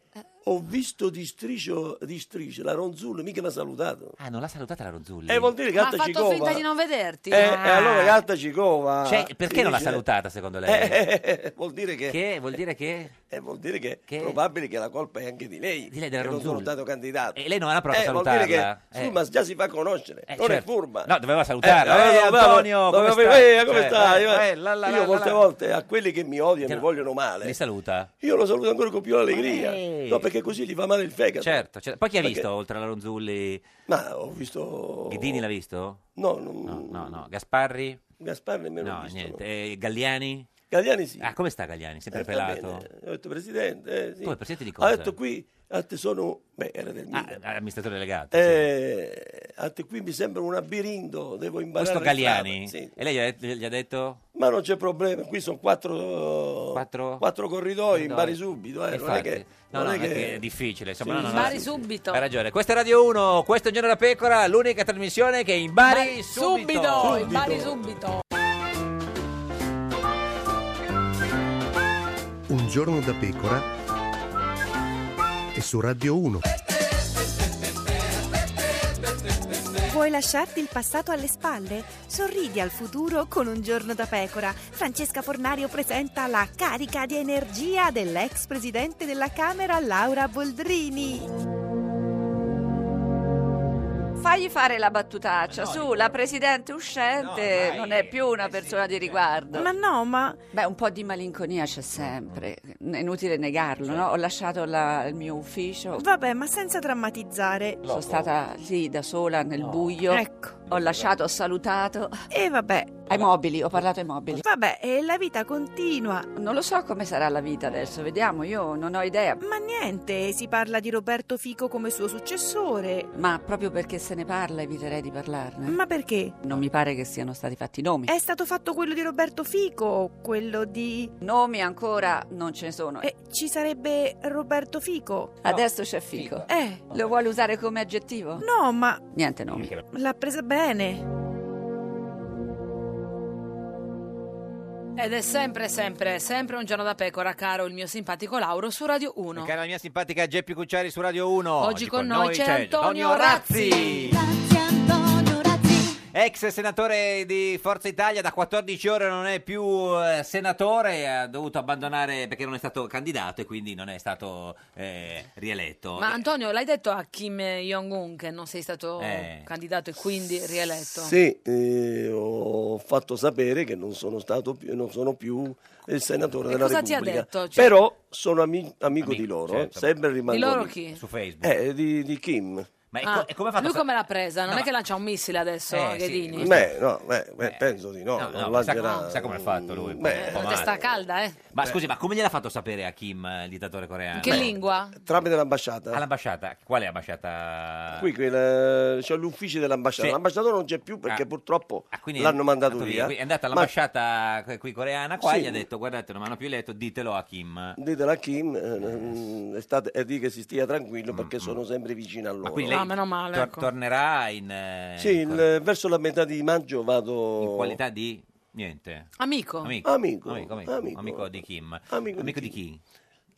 Ho visto di striscio, di striscio la Ronzulli, mica mi ha salutato. Ah, non l'ha salutata la Ronzulli? E vuol dire che Ma ha Gatta fatto Cicova... finta di non vederti. Eh, e Ah. allora Gatta Cicova... Cioè, perché non l'ha dice- salutata secondo lei? Eh, vuol dire che... Vuol dire che? Eh, vuol dire che, è probabile che la colpa è anche di lei. Di lei della che non sono Ronzulli. stato candidato. E lei non ha provato a Eh, vuol dire che salutarla, sì, eh. ma già si fa conoscere. non è certo. furba. No, doveva salutarla. Eh, Eh, doveva- Antonio, come doveva- stai? eh, come Cioè, stai? eh, Eh, eh, la, la, Io la, la, molte la. volte a quelli che mi odiano e Che mi no- voglio vogliono male. Li saluta? Io lo saluto ancora con più allegria. Eh. No, perché così gli fa male il fegato. Certo, certo. Poi chi ha Perché- visto oltre alla Ronzulli? Ma ho visto... Ghidini l'ha visto? No, non- No, no, no. Gasparri? Gasparri nemmeno No, l'ho visto, niente. Eh, Galliani? Galliani sì. Ah, come sta Galliani? Sempre Eh, sta pelato? bene. Ho detto, presidente... eh, sì. Come, presidente di Ha cosa? detto qui, a te sono... Beh, era del Milan. Ah, amministratore delegato. Eh, a te qui mi sembra un abirindo, devo imparare. Questo Galliani? il flato, sì. E lei gli ha detto- gli ha detto? Ma non c'è problema, qui sono quattro, quattro? corridoi, impari subito. Eh, non è Infatti. che, no, non no, è che- è difficile. Insomma, Sì, no, no, sì, no. Bari subito. Hai ragione. Questa è Radio 1, questo è Un Giorno da Pecora, l'unica trasmissione che è in Bari, subito. Subito, in Bari subito. Un giorno da pecora e su Radio 1. Vuoi lasciarti il passato alle spalle? Sorridi al futuro con un giorno da pecora. Francesca Fornario presenta la carica di energia dell'ex presidente della Camera Laura Boldrini. Fagli fare la battutaccia, su, la presidente uscente non è più una persona di riguardo. Ma no, ma... Beh, un po' di malinconia c'è sempre, è inutile negarlo, no? Ho lasciato la- il mio ufficio, Vabbè, ma senza drammatizzare. sono stata lì Ah, da sola nel buio, Ecco. ho lasciato, ho salutato. E vabbè. Ai mobili, ho parlato ai mobili. Vabbè, e la vita continua. Non lo so come sarà la vita adesso, vediamo, io non ho idea. Ma niente, si parla di Roberto Fico come suo successore. Ma proprio perché se ne parla eviterei di parlarne. Ma perché? Eh, Non mi pare che siano stati fatti nomi. È stato fatto quello di Roberto Fico, quello di... Nomi ancora non ce ne sono. Eh, ci sarebbe Roberto Fico. Adesso c'è Fico. Eh, Lo vuole usare come aggettivo? no, ma Niente nomi. l'ha presa bene. Ed è sempre, sempre, sempre un giorno da pecora, caro il mio simpatico Lauro su Radio 1. Cara la mia simpatica Geppi Cucciari su Radio 1. Oggi con noi c'è Antonio Razzi. Ex senatore di Forza Italia, da 14 ore non è più eh, senatore, ha dovuto abbandonare perché non è stato candidato e quindi non è stato eh, rieletto. Ma Antonio, l'hai detto a Kim Jong-un che non sei stato Eh. candidato e quindi rieletto? Sì, eh, ho fatto sapere che non sono, stato più, non sono più il senatore E della cosa ti ha Repubblica. detto? Cioè- Però sono ami- amico, di loro, certo. eh, sempre rimango Di loro amico. chi? Su Facebook. Eh, di, di Kim. Ma è Ah, co- è come ha fatto lui a sa- come l'ha presa? Non No, è che lancia un missile adesso, Eh, sì, Eh. Ghedini? Beh, no, beh, beh, penso di no. No, non no, sa, lancerà- sa come l'ha fatto lui. un Beh, po' La male. testa calda, eh? Ma scusi, ma come gliel'ha fatto sapere a Kim, eh, il dittatore coreano? In che lingua? Tramite l'ambasciata. All'ambasciata, quale ambasciata? Qui quella- c'è l'ufficio dell'ambasciata. Eh. Sì. L'ambasciatore non c'è più perché Ah. purtroppo Quindi l'hanno mandato andato via. È andata Ma- all'ambasciata que- qui coreana, qua Sì. gli ha detto guardate non mi hanno più eletto, ditelo a Kim. Ditela a Kim eh, eh, state- e di che si stia tranquillo perché sono sempre vicino a loro. Mm, Quindi lei tor- tornerà in, eh, Sì, il- verso la metà di maggio vado... in qualità di niente. Amico. Amico. Amico. Amico, amico, Amico. amico di Kim. Amico di di chi?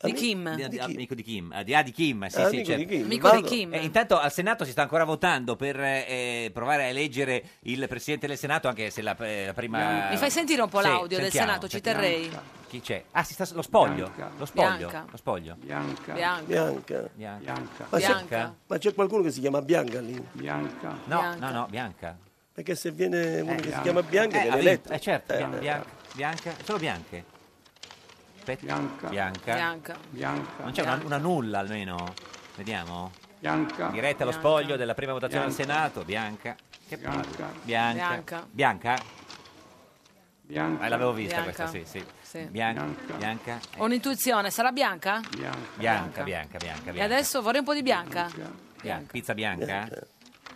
Di Kim. Di- di- Amico di Kim, ah, di, ah, di Kim, sì, Ah, sì, amico certo. di Kim, Amico vado. di Kim. Eh, intanto al Senato si sta ancora votando per eh, provare a eleggere il Presidente del Senato, anche se la, eh, la prima... Mi fai sentire un po' Sì, l'audio del sentiamo, Senato, ci sentiamo. terrei. Chi c'è? Ah, si sta, lo spoglio. Lo spoglio. Bianca. Lo spoglio. Bianca. Bianca. Bianca. Bianca. Ma c'è- Ma c'è qualcuno che si chiama Bianca lì? Bianca. No, no, no, Bianca. Perché se viene uno che si Bianca. chiama Bianca Eh, ha viene vinto, eletto. eh, certo, Eh, Bian- Bianca, Bianca, solo bianche. Aspetta. Bianca. Bianca. Bianca. Non c'è una, una nulla almeno. Vediamo. Bianca. Diretta allo Bianca. spoglio della prima votazione al Senato. Bianca. Che Bianca. Bianca. Bianca. Bianca. Eh, l'avevo vista questa, Bianca. sì, sì. Sì. Bianca. Bianca. Ho un'intuizione, sarà bianca? eh. Bianca, bianca, bianca, E bianca. adesso vorrei un po' di bianca. Bianca. Pizza bianca.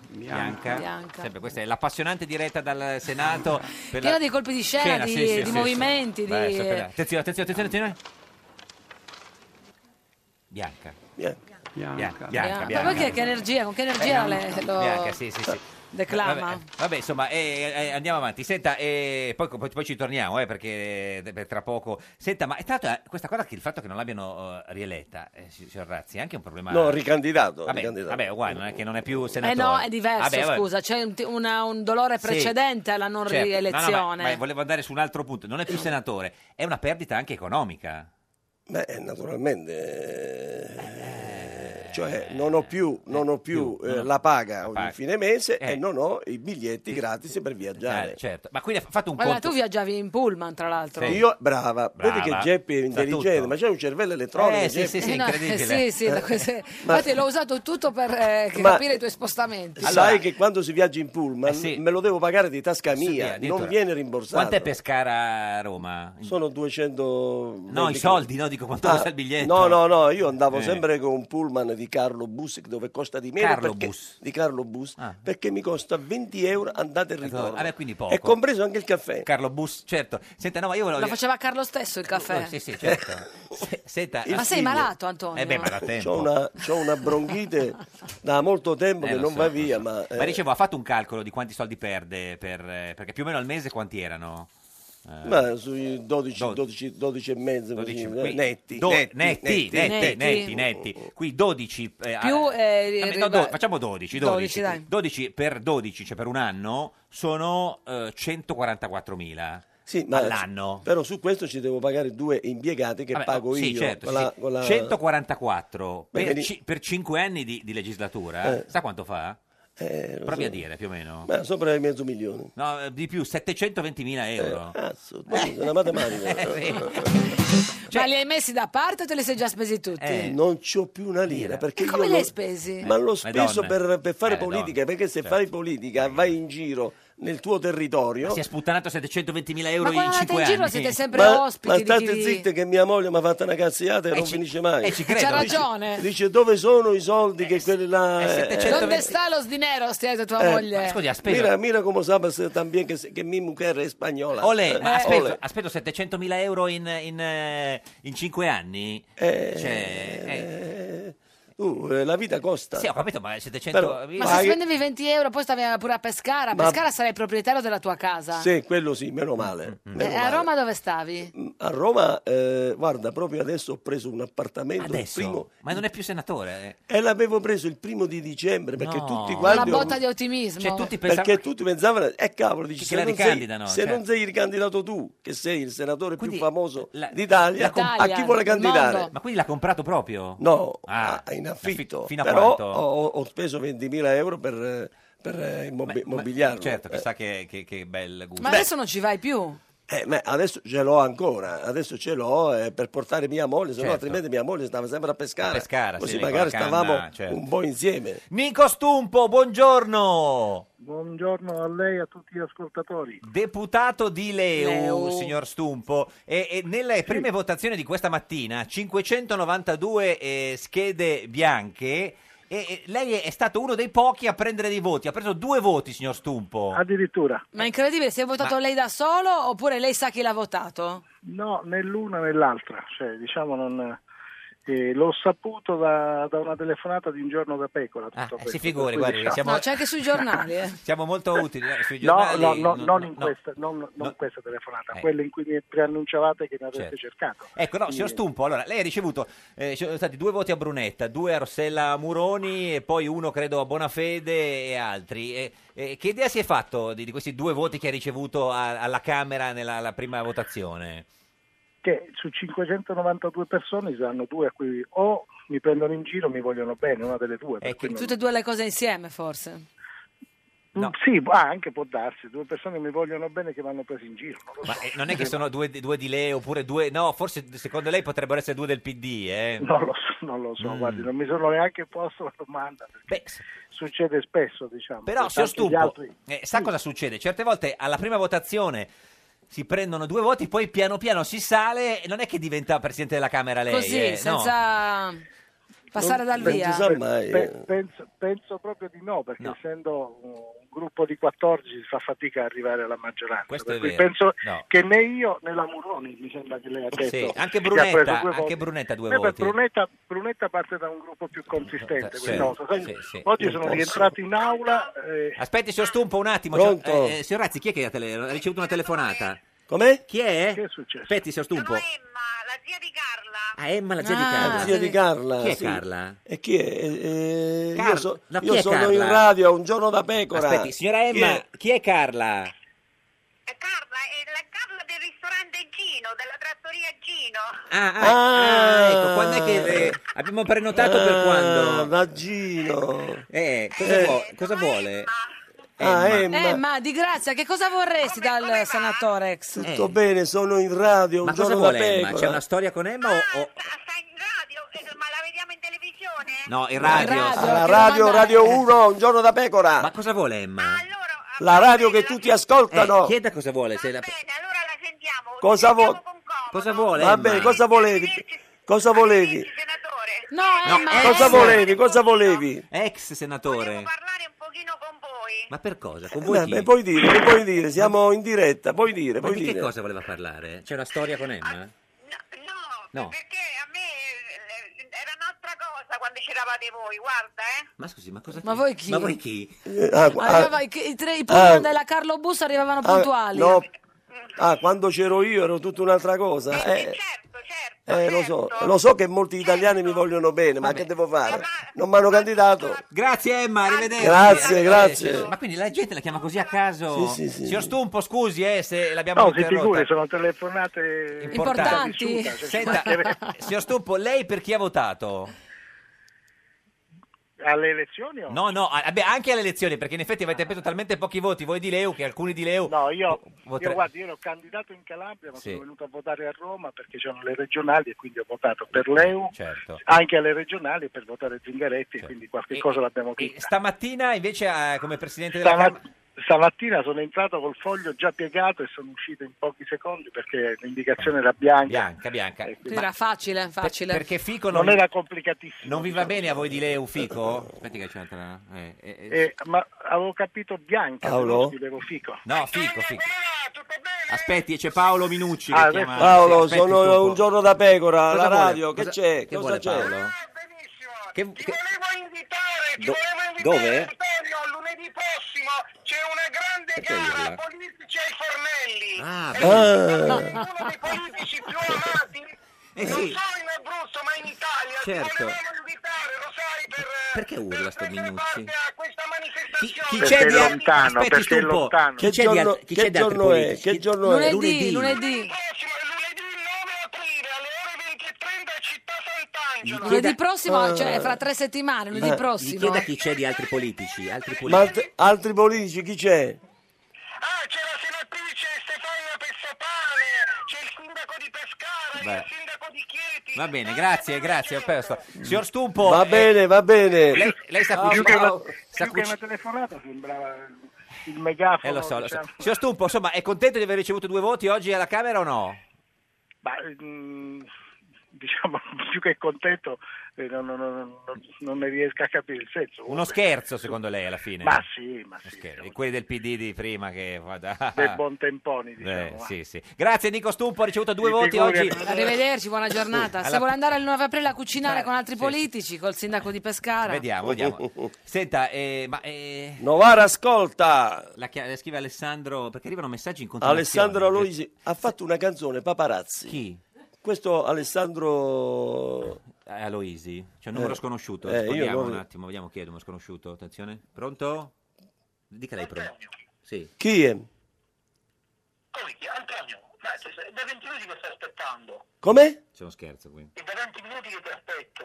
Bianca. Bianca. Sempre questa è l'appassionante diretta dal Senato. per la- Piena di colpi di scena, Scena, di, sì, sì, di sì, movimenti, sì. di... Beh, adesso, aspetta, Attenzione, attenzione, attenzione, attenzione. Bianca. Bianca. Bianca. Bianca. Eh, Ma perché che energia, con che energia le- lo... Bianca, sì, sì, sì. Declama. Vabbè, eh, vabbè, insomma, eh, eh, andiamo avanti. Senta, eh, poi, poi- poi ci torniamo, eh, perché eh, per tra poco. Senta, ma tra l'altro, eh, questa cosa che il fatto che non l'abbiano eh, rieletta, eh, si- signor Razzi, è anche un problema. No, ricandidato, Vabbè, ricandidato. vabbè, uguale, non è che non è più Eh senatore. no, è diverso, Vabbè, vabbè. scusa, c'è un, una- un dolore Sì. precedente alla non Certo. No, no, ma- rielezione. ma volevo andare su un altro punto. Non è più senatore, è una perdita anche economica. Beh, naturalmente, eh, cioè non ho più, non ho più, eh, la paga ogni fine mese Eh. e non ho i biglietti gratis per viaggiare. certo, ma quindi ha fatto un Guarda, tu viaggiavi in pullman, tra l'altro. Io, brava, vedi che Brava. Geppi è Sa intelligente, tutto. ma c'è un cervello elettronico. Eh, sì, Geppi. sì, Eh, no, eh, sì, sì, da queste- Ma- Infatti l'ho usato tutto per eh, Ma- capire i tuoi spostamenti. Sai che quando si viaggia in Eh, pullman me lo devo pagare di tasca mia, addirittura. non viene rimborsato. Quant'è Pescara a Roma? Sono 200... No, i soldi, no, dico quanto Ah, costa il biglietto. No, no, no, io andavo Eh. sempre con un pullman di Carlo Bus dove costa di meno. Carlo perché- Bus. Ah. Di Carlo Bus, perché mi costa 20 euro andate e ritorno. Ecco, Vabbè, quindi poco. È compreso anche il caffè. Carlo Bus, certo. Senta, no, ma io volevo... Lo faceva Carlo stesso il caffè. Oh, sì, sì, certo. Se- Senta, Ma sei malato, Antonio? Eh beh, ma da tempo. C'ho una, c'ho una bronchite da molto tempo Eh, che lo non so, va lo via, so. ma... eh, Ma dicevo, ha fatto un calcolo di quanti soldi perde? per, eh, perché più o meno al mese quanti erano? Eh, ma sui 12, 12, 12 e mezzo, così, 12, eh, qui- netti, do- netti, netti, netti, netti, netti. Qui 12... eh, Più, eh, Vabbè, ri- no, ri- do- facciamo 12, 12, 12, dai. 12 per 12, cioè per un anno, sono eh, 144.000 Sì, ma- all'anno. Però su questo ci devo pagare due impiegati che Vabbè, pago sì, io. certo, con sì, la- sì. con la- 144 Beh, per, vedi- 5 anni di, di legislatura, Eh. sa quanto fa? Eh, lo Provi so. a dire più o meno. Ma sopra i mezzo milione. No, eh, di più, 720.000 euro. Cazzo, tu sei una matematica. Eh, cioè- Ma li hai messi da parte o te li sei già spesi tutti? Eh, Non c'ho più una lira. Perché Eh. E come io li hai lo- spesi? Ma l'ho Madonna. speso per, per fare Eh, madonna. politica, perché se Certo. fai politica vai in giro nel tuo territorio. Ma si è sputtanato 720.000 euro Ma quando in andate 5 in anni. giro siete sempre ma, ospiti ma di state chi- zitte che mia moglie mi ha fatto una cazziata e, non finisce mai. e ci credo. Certo, C'ha Dice- ragione. Dice dove sono i soldi che quelli là... eh, Dove sta lo sdinero, stia da tua eh, moglie? Mira, mira come sabes también que, se- que mi mujer es española. Olè, ma Eh, aspetto, olè. aspetto 700.000 euro in, in, eh, in 5 anni? Cioè, eh, Uh, eh, la vita costa. Sì, ho capito, ma 700... Però- Ma se spendevi 20 euro poi stavi pure a Pescara. A Ma- Pescara sarai proprietario della tua casa. Sì, quello sì, meno Mm, male. E meno a male. Roma dove stavi? A Roma, eh, guarda, proprio adesso ho preso un appartamento. il Adesso? primo- Ma non è più senatore? eh. e l'avevo preso il primo di dicembre perché No. tutti Una Una quanti... botta di ottimismo. oh, Cioè, Perché tutti pensavano, eh cavolo, dici, Che se, la non sei, ricandidano, se certo. non sei ricandidato tu, che sei il senatore più famoso La d'Italia, comp- a chi vuole candidare? Ma quindi l'ha comprato proprio? No, Ah, in affitto. fino a Però quanto? ho, ho speso 20.000 euro per, eh, per eh, immobi- mobiliarlo. Certo, Eh, chissà che, che, che bel gusto. Ma adesso non ci vai più. eh, ma adesso ce l'ho ancora, adesso ce l'ho eh, per portare mia moglie, se no Certo. altrimenti mia moglie stava sempre a pescare. A pescare, sì, così lì con magari la canna, stavamo certo. un po' insieme. Nico Stumpo, buongiorno. Buongiorno a lei e a tutti gli ascoltatori. Deputato di Leu, Leu. signor Stumpo, e, e nelle Mm. prime votazioni di questa mattina, 592 eh, schede bianche, e, e lei è, è stato uno dei pochi a prendere dei voti, ha preso due voti, signor Stumpo. Addirittura. Ma è incredibile, si è votato Ma- lei da solo oppure lei sa chi l'ha votato? No, né l'una né l'altra, cioè, diciamo non... eh, l'ho saputo da, da una telefonata di un giorno da pecora. Tutto Ah, questo, si figuri, per cui guardi, diciamo- siamo, No, c'è anche sui giornali. eh. siamo molto utili eh, sui No, giornali. no, no, no, non in no. questa, non, non questa telefonata, Eh. quella in cui mi preannunciavate che mi Certo. avreste cercato. Ecco, no, Quindi- signor Stumpo, allora, lei ha ricevuto, eh, ci sono stati due voti a Brunetta, due a Rossella Muroni e poi uno, credo, a Bonafede e altri. E- e che idea si è fatto di, di questi due voti che ha ricevuto a- alla Camera nella alla prima votazione? che su 592 persone ci saranno due a cui o mi prendono in giro o mi vogliono bene, una delle Eh, due. per cui non- Tutte e due le cose insieme, forse. Mm, Sì, ah, anche può darsi, due persone che mi vogliono bene e che vanno presi in giro. non lo Ma so. eh, non è che sono due, di- due di lei oppure due... No, forse secondo lei potrebbero essere due del PD, eh? Non lo so, non lo so, Mm. guardi, non mi sono neanche posto la domanda perché succede spesso, diciamo. Però, che signor tanti gli Stumpo, altri- eh, sa cosa succede? Certe volte alla prima votazione si prendono due voti, poi piano piano si sale e non è che diventa Presidente della Camera lei. Così, eh, no. senza... Passare dal via. Pe- penso, penso proprio di no, perché eh. No. essendo un gruppo di 14 si fa fatica a arrivare alla maggioranza. Questo è per cui vero. penso No. che né io né la Muroni, mi sembra che lei ha detto. Sì, anche che ha preso Brunetta, due anche voti. Brunetta due Beh, beh, voti. Brunetta, Brunetta parte da un gruppo più consistente. Sì, quindi no, sai, sì, sì. Oggi sono rientrato in aula. eh, Aspetti, signor Stumpo, un attimo. Pronto? Eh, eh, signor Razzi, chi è che ha, tele- ha ricevuto una telefonata? Come? Chi è? Che è successo? Aspetti, signor Stumpo. Emma, la zia di Carla. Ah, Emma, La zia di Carla. Chi è sì. Carla? E chi è? Eh, Car- io so- no, chi io è sono Carla? in radio un giorno da pecora. Aspetti, signora Chi Emma, è? chi è, Carla? Carla è la Carla del ristorante Gino, della trattoria Gino. Ah, ah, ah, ecco, quando è che eh, abbiamo prenotato per Ah, quando? Da Gino. Eh, cosa, Eh. vuo- cosa vuole? Eh, Ah, Emma. Emma. Eh, di grazia, che cosa vorresti dal senatore Eh. ex? Eh. Tutto bene, sono in radio un Ma cosa giorno vuole da pecora. Emma? C'è una storia con Ah, Emma o... o- No, in radio. Alla radio, Radio 1, un giorno da pecora. Ma cosa vuole Emma? Ah, La radio che tutti ascoltano. Eh, chieda cosa vuole. se la- Cosa vuole? Cosa vuole? Va Emma? bene, cosa volevi? Cosa volevi? No, No, Emma, eh, Cosa ex- volevi? Cosa volevi? Ex senatore. Ma per cosa? Con voi Eh, chi? beh, puoi dire, che puoi dire, siamo in diretta, puoi dire, Ma puoi di che dire. cosa voleva parlare? C'è una storia con Emma? Ah, No, perché eh, a me era un'altra cosa quando c'eravate voi, guarda eh. Ma scusi, ma cosa Ma voi chi? Ma voi chi? Eh, ah, Arrivava- ah, i, i tre, i pullman ah, della Carlo Bus arrivavano ah, puntuali. no. Ah, quando c'ero io ero tutta un'altra cosa. Eh, eh, lo so, lo so che molti italiani mi vogliono bene, Certo. Eh, ma che devo fare? Non mi hanno candidato. Grazie Emma, arrivederci. Grazie, Eh, grazie. Ma quindi la gente la chiama così a caso? Sì, sì, sì. Signor Stumpo, scusi eh, se l'abbiamo No, si interrotta. figuri, sono eh, telefonate Importanti. vissuta, cioè, Senta, signor Stumpo, lei per chi ha votato? alle elezioni o No, no, a- beh, anche alle elezioni, perché in effetti avete preso talmente pochi voti, voi di Leu, che alcuni di Leu... No, io, Io, guardi, io ero candidato in Calabria, ma Sì. sono venuto a votare a Roma perché c'erano le regionali e quindi ho votato per l'EU, Certo. anche alle regionali e per votare Zingaretti, e quindi qualche cosa l'abbiamo chiesta. Stamattina invece eh, come presidente della Stama- Camera... stamattina sono entrato col foglio già piegato e sono uscito in pochi secondi perché l'indicazione era bianca. Bianca, bianca. Sì, Era facile, facile. perché Fico non non- era complicatissimo. Non vi va bene a voi di Leu, Fico? Aspetti che c'è un'altra... eh, eh, eh. Eh, ma avevo capito bianca, Paolo? però scrivevo fico. No, Fico, Fico. Aspetti, c'è Paolo Minucci che Ah, chiama... Paolo, Sì, aspetti, sono Stumpo. un giorno da pecora, Cosa la vuole? radio, Cosa- che c'è? Che Cosa vuole c'è? Paolo? Che, che... Do- Dove? Perché urla? Ah, Eh, bene. Eh sì. Certo. Perché urla sto Minucci? Chi, chi c'è Perché di è al- lontano, aspetti, perché è Stumpo, lontano. Chi c'è di al- Che chi c'è di altri giorno è? politici? Che giorno è? Lunedì, lunedì. Lunedì prossimo, Ah. cioè fra tre settimane, lunedì Ma- Gli prossimo. eh. chieda chi c'è di altri politici, altri Ma politici. alt- altri politici chi c'è? Beh. Va bene, grazie, grazie, ho perso. Signor Stumpo, Va eh, bene, va bene. lei, lei sa Ciao, cucinare, ciao. sa Più che una cuci- telefonata sembrava il megafono. eh, lo so, lo so. diciamo. Signor Stumpo, insomma, è contento di aver ricevuto due voti oggi alla Camera o no? Ma, mm, diciamo, più che contento, eh, non, non- non- non- non ne riesco a capire il senso. Uno scherzo, secondo lei, alla fine? Ma sì, ma Uno scherzo. E quelli del PD di prima che... vada- dei buontemponi, Beh, diciamo. va. sì, sì. Grazie Nico Stumpo, ha ricevuto due Sì, voti figurati. oggi. Arrivederci, buona giornata. Se Alla- vuole andare il 9 aprile a cucinare con altri sì, politici, col sindaco di Pescara. Vediamo, vediamo. Senta, eh, ma... eh, Novara ascolta. la chia- la scrive Alessandro, perché arrivano messaggi in continuazione. Alessandro Aloisi ha fatto una canzone Paparazzi. Chi? Questo Alessandro Eh, Aloisi, c'è un numero Eh, sconosciuto. eh, io Rispondiamo non- un attimo, vediamo chi è il numero sconosciuto. Attenzione, pronto? Dica lei pronto. Sì. chi è? Come? C'è uno scherzo qui.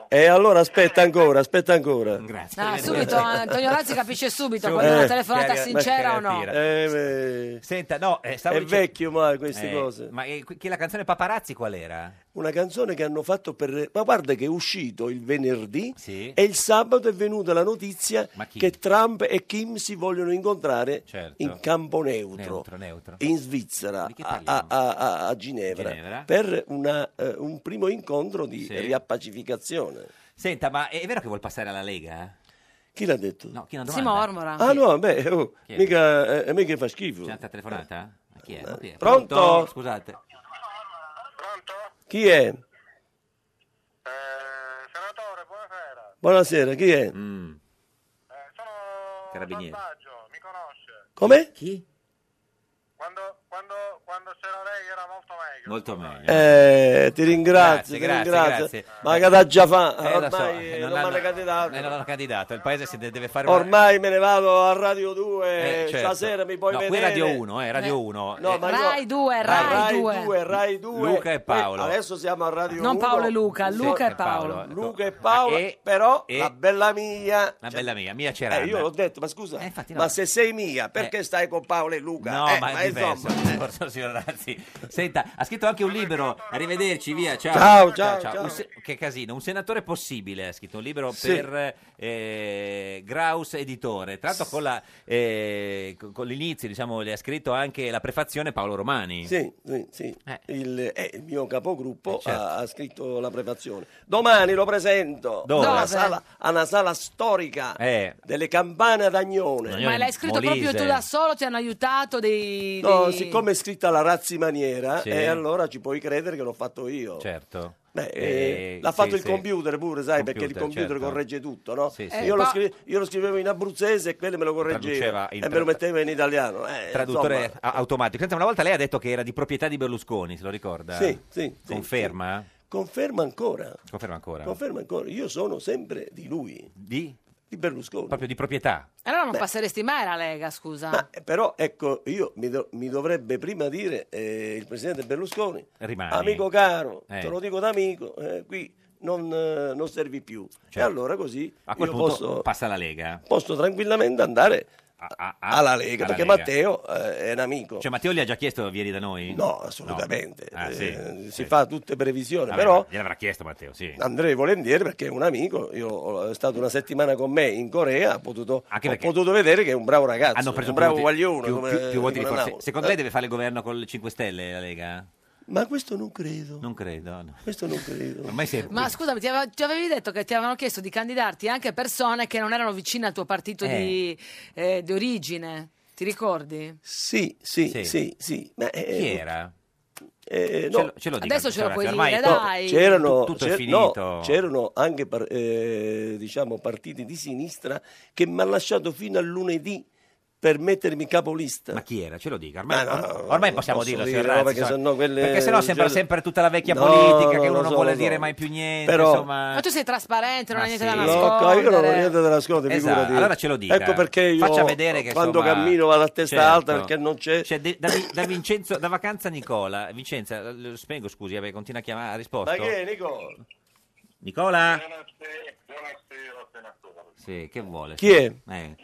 E Eh, allora aspetta ancora, aspetta ancora. Grazie. Ah, subito, Antonio Razzi capisce subito Sì, quando eh, una telefonata chiari- sincera o no. Senta, no, eh, stavo Eh, è dice- vecchio ma queste Eh, cose. Ma eh, qui- che la canzone Paparazzi qual era? Una canzone che hanno fatto per... Ma guarda che è uscito il venerdì e il sabato è venuta la notizia chi? che Trump e Kim si vogliono incontrare Certo. in campo neutro. Neutro, neutro. in Svizzera, a, a- a- a- a Ginevra, Ginevra. per una una, eh, un primo incontro di Sì. riappacificazione. Senta, ma è, è vero che vuol passare alla Lega? eh? Chi l'ha detto? No, chi è una Si domanda? mormora. Ah no, beh, oh, Chi è? mica, eh, mica fa schifo. C'è un'altra telefonata? Ma Chi è? Ma chi è? Pronto? Scusate. Chi è? Eh, senatore, buonasera. Eh, Buonasera, chi è? Mm. Carabinieri. Come? Chi? Molto meglio. Eh, ti ringrazio, Grazie, ti grazie, ringrazio. grazie. Ma che da già fa? Eh, lo so, ormai eh, non l'hanno- vale candidato. eh, non hanno candidato. Il paese si de- deve fare una- Ormai me ne vado a Radio 2, Eh, certo. stasera mi puoi No, qui vedere. Radio 1, eh, Radio 1. No, Eh, ma io- Rai 2, Rai, Rai 2. 2, Rai 2. Luca e Paolo. ecco. Poi Adesso siamo a Radio 1. Non Paolo e Luca, Luca e Paolo. Luca e Paolo, però la bella mia... La bella mia, Mia Ceranda. Eh, io l'ho detto, ma scusa, no. ma se sei mia, perché stai con Paolo e Eh. Luca? No, Eh, ma è diverso il discorso, signor Razzi. Senta, ha scritto anche un libro. Arrivederci, via. Ciao, Ciao, ciao, ciao. Un se- che casino, un senatore possibile. Ha scritto un libro Sì. per eh, Graus Editore. Tra l'altro, con, la, eh, con- con l'inizio, diciamo, le ha scritto anche la prefazione Paolo Romani. Sì, sì, sì. Il, eh, il mio capogruppo Eh, certo. ha, ha scritto la prefazione. Domani lo presento Dove? a una Dove? sala, a una sala storica Eh. delle campane d'Agnone. Ma l'hai scritto proprio tu da solo, ti hanno aiutato dei... No, dei- siccome è scritta la razzi maniera, Sì. eh, allora ci puoi credere che l'ho fatto io. Certo. Beh, Eh, eh, l'ha fatto sì, il sì. computer pure, sai, perché il computer certo. corregge tutto, no? Sì, sì. Io, Eh, lo pa- scrive- io lo scrivevo in abruzzese e quello me lo Traduceva correggeva in e me tra- lo metteva in italiano. Eh, Traduttore insomma, a- automatico. Senta, una volta lei ha detto che era di proprietà di Berlusconi, se lo ricorda? Sì, sì, sì, Conferma? conferma ancora. Conferma ancora. Conferma ancora, io sono sempre di lui. Di? Berlusconi. Proprio di proprietà. Allora non Beh. passeresti mai la Lega, scusa. Eh, Però ecco, io mi, do- mi dovrebbe prima dire eh, il presidente Berlusconi, Rimani. amico caro, Eh. te lo dico da amico, eh, qui non, eh, non servi più. E Certo. allora così A quel io punto posso, passa la Lega. posso tranquillamente andare alla Lega, alla perché Lega. Matteo eh, è un amico. Cioè Matteo gli ha già chiesto vieni da noi? No, assolutamente. No. Ah, sì. Eh, si Sì. fa tutte previsioni, Vabbè, però Gliel'avrà chiesto Matteo, sì. andrei volentieri perché è un amico. Io ho- è stato una settimana con me in Corea, ho potuto, Anche ho perché potuto vedere che è un bravo ragazzo, Hanno preso un bravo più voti- guaglione. più, come Eh? più- più voti di dicono a forza. Napoli. Secondo lei deve fare il governo col 5 Stelle la Lega? Ma questo non credo. Non credo. no. Questo non credo. Ormai si è... Ma scusami, ti, ave- ti avevi detto che ti avevano chiesto di candidarti anche persone che non erano vicine al tuo partito di, eh, di origine. Ti ricordi? Sì, sì, sì, sì. Ma, eh, Chi era? eh, Ce no. lo- ce lo dica, Adesso ce lo Razzi, puoi ormai dire, to- dai. C'erano, Tut- tutto è c'er- finito. no, c'erano anche par- eh, diciamo, partiti di sinistra che mi hanno lasciato fino a lunedì per mettermi capolista. Ma chi era? Ce lo dica. Ormai, Ma no, no, ormai non possiamo posso dirlo, dire, signor no, Razzi, perché insomma. sennò quelle- Perché sennò sembra già- sempre tutta la vecchia No, politica, che no, uno lo non so, vuole lo so. dire mai più niente, Però- insomma... Ma tu sei trasparente, non hai niente da No, ca- nascondere. Cioè, io non ho niente da nascondere, Esatto, figurati. allora ce lo dica. Ecco perché io Faccia vedere che, quando insomma, cammino vado a testa certo. alta perché non c'è... Cioè, de- da, Vi- da Vincenzo, da Vacanza Nicola. Vincenza, lo spengo, scusi, vabbè, continua a chiamare, ha risposto. Ma che è, Nico? Nicola? Sì, che vuole? Chi è? Eh, Niente,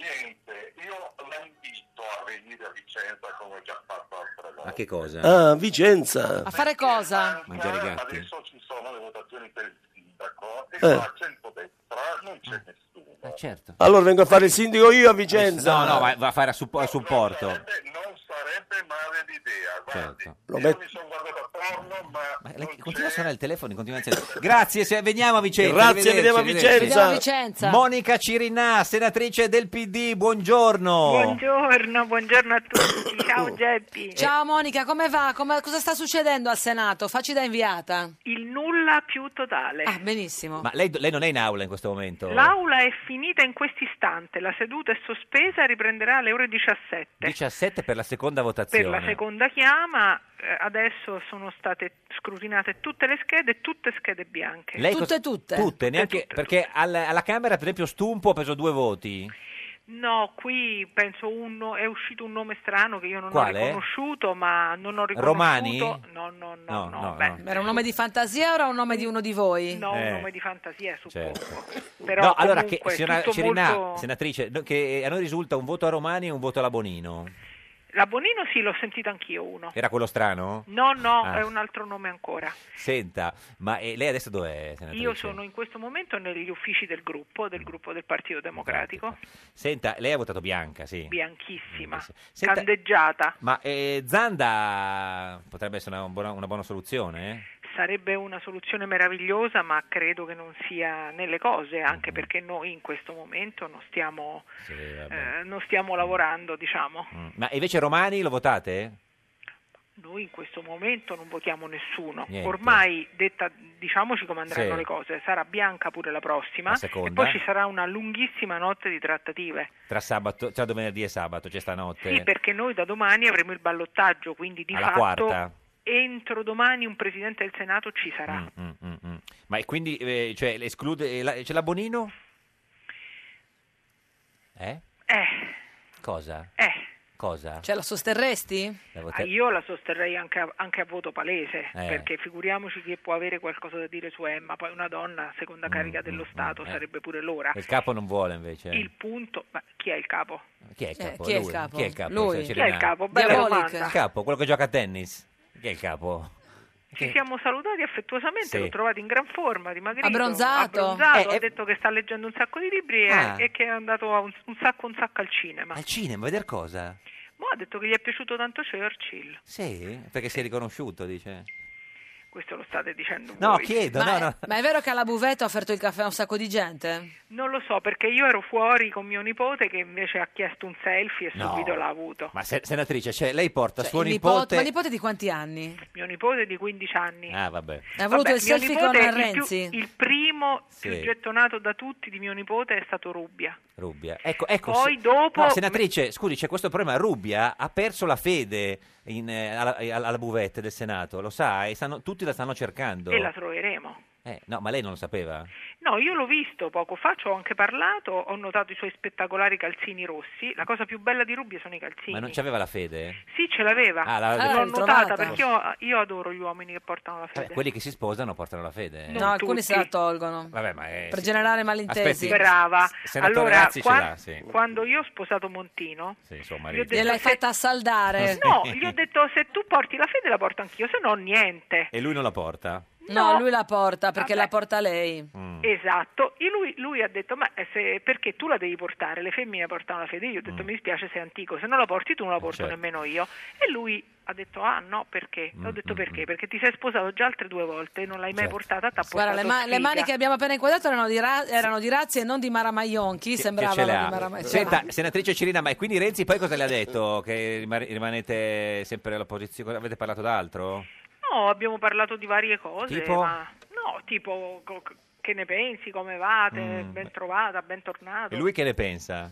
io la invito a venire a Vicenza come ho già fatto altre volte. ma che cosa? Ah, Vicenza. A fare cosa? Mangiare i gatti? Adesso ci sono le votazioni per il sindaco e Eh. qua a centrodestra non c'è nessuno. Eh, certo. Allora vengo a fare il sindaco io a Vicenza. No, no, ma va a fare a, suppo- a supporto. Non sarebbe male l'idea, Certo. Lo metto- Ma lei continua a suonare il telefono in continuazione. Grazie, se- veniamo a Vicenza. Grazie, arrivederci, veniamo a arrivederci. Vicenza. Veniamo a Vicenza. Monica Cirinà, senatrice del PD, buongiorno. Buongiorno, buongiorno a tutti. Ciao Geppi. Ciao Monica, come va? Come- cosa sta succedendo al Senato? Facci da inviata. Il nulla più totale. Ah, benissimo. Ma lei, lei non è in aula in questo momento? L'aula è finita in quest'istante, la seduta è sospesa e riprenderà alle ore 17. 17 per la seconda votazione. Per la seconda chiama eh, adesso sono state scrutinate tutte le schede, tutte schede bianche. Lei cos- Tutte, neanche, Eh, tutte. perché al- alla Camera, per esempio, Stumpo ha preso due voti. No, qui penso uno, è uscito un nome strano che io non Quale? ho riconosciuto, ma non ho riconosciuto. Romani? No, no, no. No, no, no. Ma Era un nome di fantasia o era un nome di uno di voi? No, un Eh. nome di fantasia, suppongo. Certo. Però no, allora, che, comunque è signora tutto Cirinà, molto- senatrice, no, che a noi risulta un voto a Romani e un voto alla Bonino. La Bonino sì, l'ho sentito anch'io uno. Era quello strano? No, no, Ah. è un altro nome ancora. Senta, ma eh, Mm. lei adesso dov'è, senatrice? Io sono in questo momento negli uffici del gruppo, del gruppo del Partito Democratico, Senta, lei ha votato Bianca, sì. bianchissima, Senta- candeggiata. ma eh, Zanda potrebbe essere una buona, una buona soluzione? eh? Sarebbe una soluzione meravigliosa, ma credo che non sia nelle cose, Mm-hmm. anche perché noi in questo momento non stiamo, eh, non stiamo lavorando, diciamo. Mm. Ma invece Romani lo votate? Noi in questo momento non votiamo nessuno. Niente. Ormai detta, diciamoci come andranno Sì. le cose, sarà bianca pure la prossima La e seconda. poi ci sarà una lunghissima notte di trattative. Tra, sabato, tra venerdì e sabato, c'è stanotte. Sì, perché noi da domani avremo il ballottaggio, quindi di Alla fatto quarta. entro domani un presidente del Senato ci sarà. Mm, mm, mm. Ma e quindi eh, cioè, le esclude, eh, la- c'è la Bonino? Eh? Eh, Cosa? eh, Cosa? Cioè, la sosterresti? La ah, vota- io la sosterrei anche a, anche a voto palese, Eh. perché figuriamoci chi può avere qualcosa da dire su Emma, poi una donna, seconda carica dello Stato, Mm, eh. sarebbe pure l'ora. Il capo non vuole invece. Ah. Il punto, ma chi è il capo? Chi è il capo? Eh, chi è il Lui? capo? Chi è il capo? Lui. Cioè, Chi è il Cirinà. capo? Bella Diabolic. domanda. Il capo, quello che gioca a tennis. Chi è il capo? Ci siamo salutati affettuosamente, Sì. l'ho trovato in gran forma, dimagrito, Abbronzato. abbronzato, Eh, ha eh. detto che sta leggendo un sacco di libri e- Ah. e, che è andato a un, un sacco un sacco al cinema. Al cinema, vedere cosa? Mo ha detto che gli è piaciuto tanto Churchill. Sì, perché si è riconosciuto, dice. Questo lo state dicendo No, voi. chiedo, Ma, no, ecco. no. È, ma è vero che alla Buvetto ha offerto il caffè a un sacco di gente? Non lo so, perché io ero fuori con mio nipote che invece ha chiesto un selfie e No. subito l'ha avuto. Ma se- senatrice, cioè, lei porta Cioè, suo il nipote... Ma il nipote di quanti anni? Mio nipote di 15 anni. Ah, vabbè. Ha voluto Vabbè, il mio selfie con nipote, il più- Renzi? Il primo Sì. più gettonato da tutti di mio nipote è stato Rubbia. Rubbia. Ecco, ecco, Poi se- dopo- No, senatrice, scusi, c'è questo problema. Rubbia ha perso la fede in, eh, alla, alla- alla buvette del Senato, lo sa, e stanno- tutti la stanno cercando. E la troveremo. Eh, no, ma lei non lo sapeva? No, io l'ho visto poco fa, ci ho anche parlato, ho notato i suoi spettacolari calzini rossi. La cosa più bella di Rubbia sono i calzini. Ma non c'aveva la fede? Sì, ce l'aveva. Ah, la- l'ho l'hai notata trovata. perché io, io adoro gli uomini che portano la Vabbè, fede. Cioè, quelli che si sposano portano la fede. No, alcuni se la tolgono. Vabbè, ma è... Per generare malintesi. Aspetti. Brava. Senatore allora, Razzi ce quan- l'ha, sì. quando io ho sposato Montino, Sì, suo gli ho marito. detto Gliel'hai se- fatta saldare. No, gli ho detto se tu porti la fede la porto anch'io, se no niente. E lui non la porta? Mm. No, lui la porta perché la porta lei. Esatto, e lui, lui ha detto: Ma eh, se- perché tu la devi portare? Le femmine portano la fede. Io ho detto: Mi dispiace, sei antico, se non la porti tu non la porto Mm. certo. nemmeno io. E lui ha detto: Ah, no, perché? Mm, ho detto: mm, Perché? Perché ti sei sposato già altre due volte, non l'hai mai Certo. portata. T'ha Guarda, le, portato ma- le sfiga." mani che abbiamo appena inquadrato erano di, Ra- erano di Razzi e non di Mara Maionchi. Che- Sembravano che ce l'ha. di Mara Maionchi. Senta, senatrice Cirina, ma e quindi Renzi poi cosa le ha detto? Che rimane- rimanete sempre all'opposizione? Avete parlato d'altro? No, abbiamo parlato di varie cose. Tipo? Ma... No, tipo co- che ne pensi, come vate, Mm. ben trovata, ben tornato. E lui che ne pensa?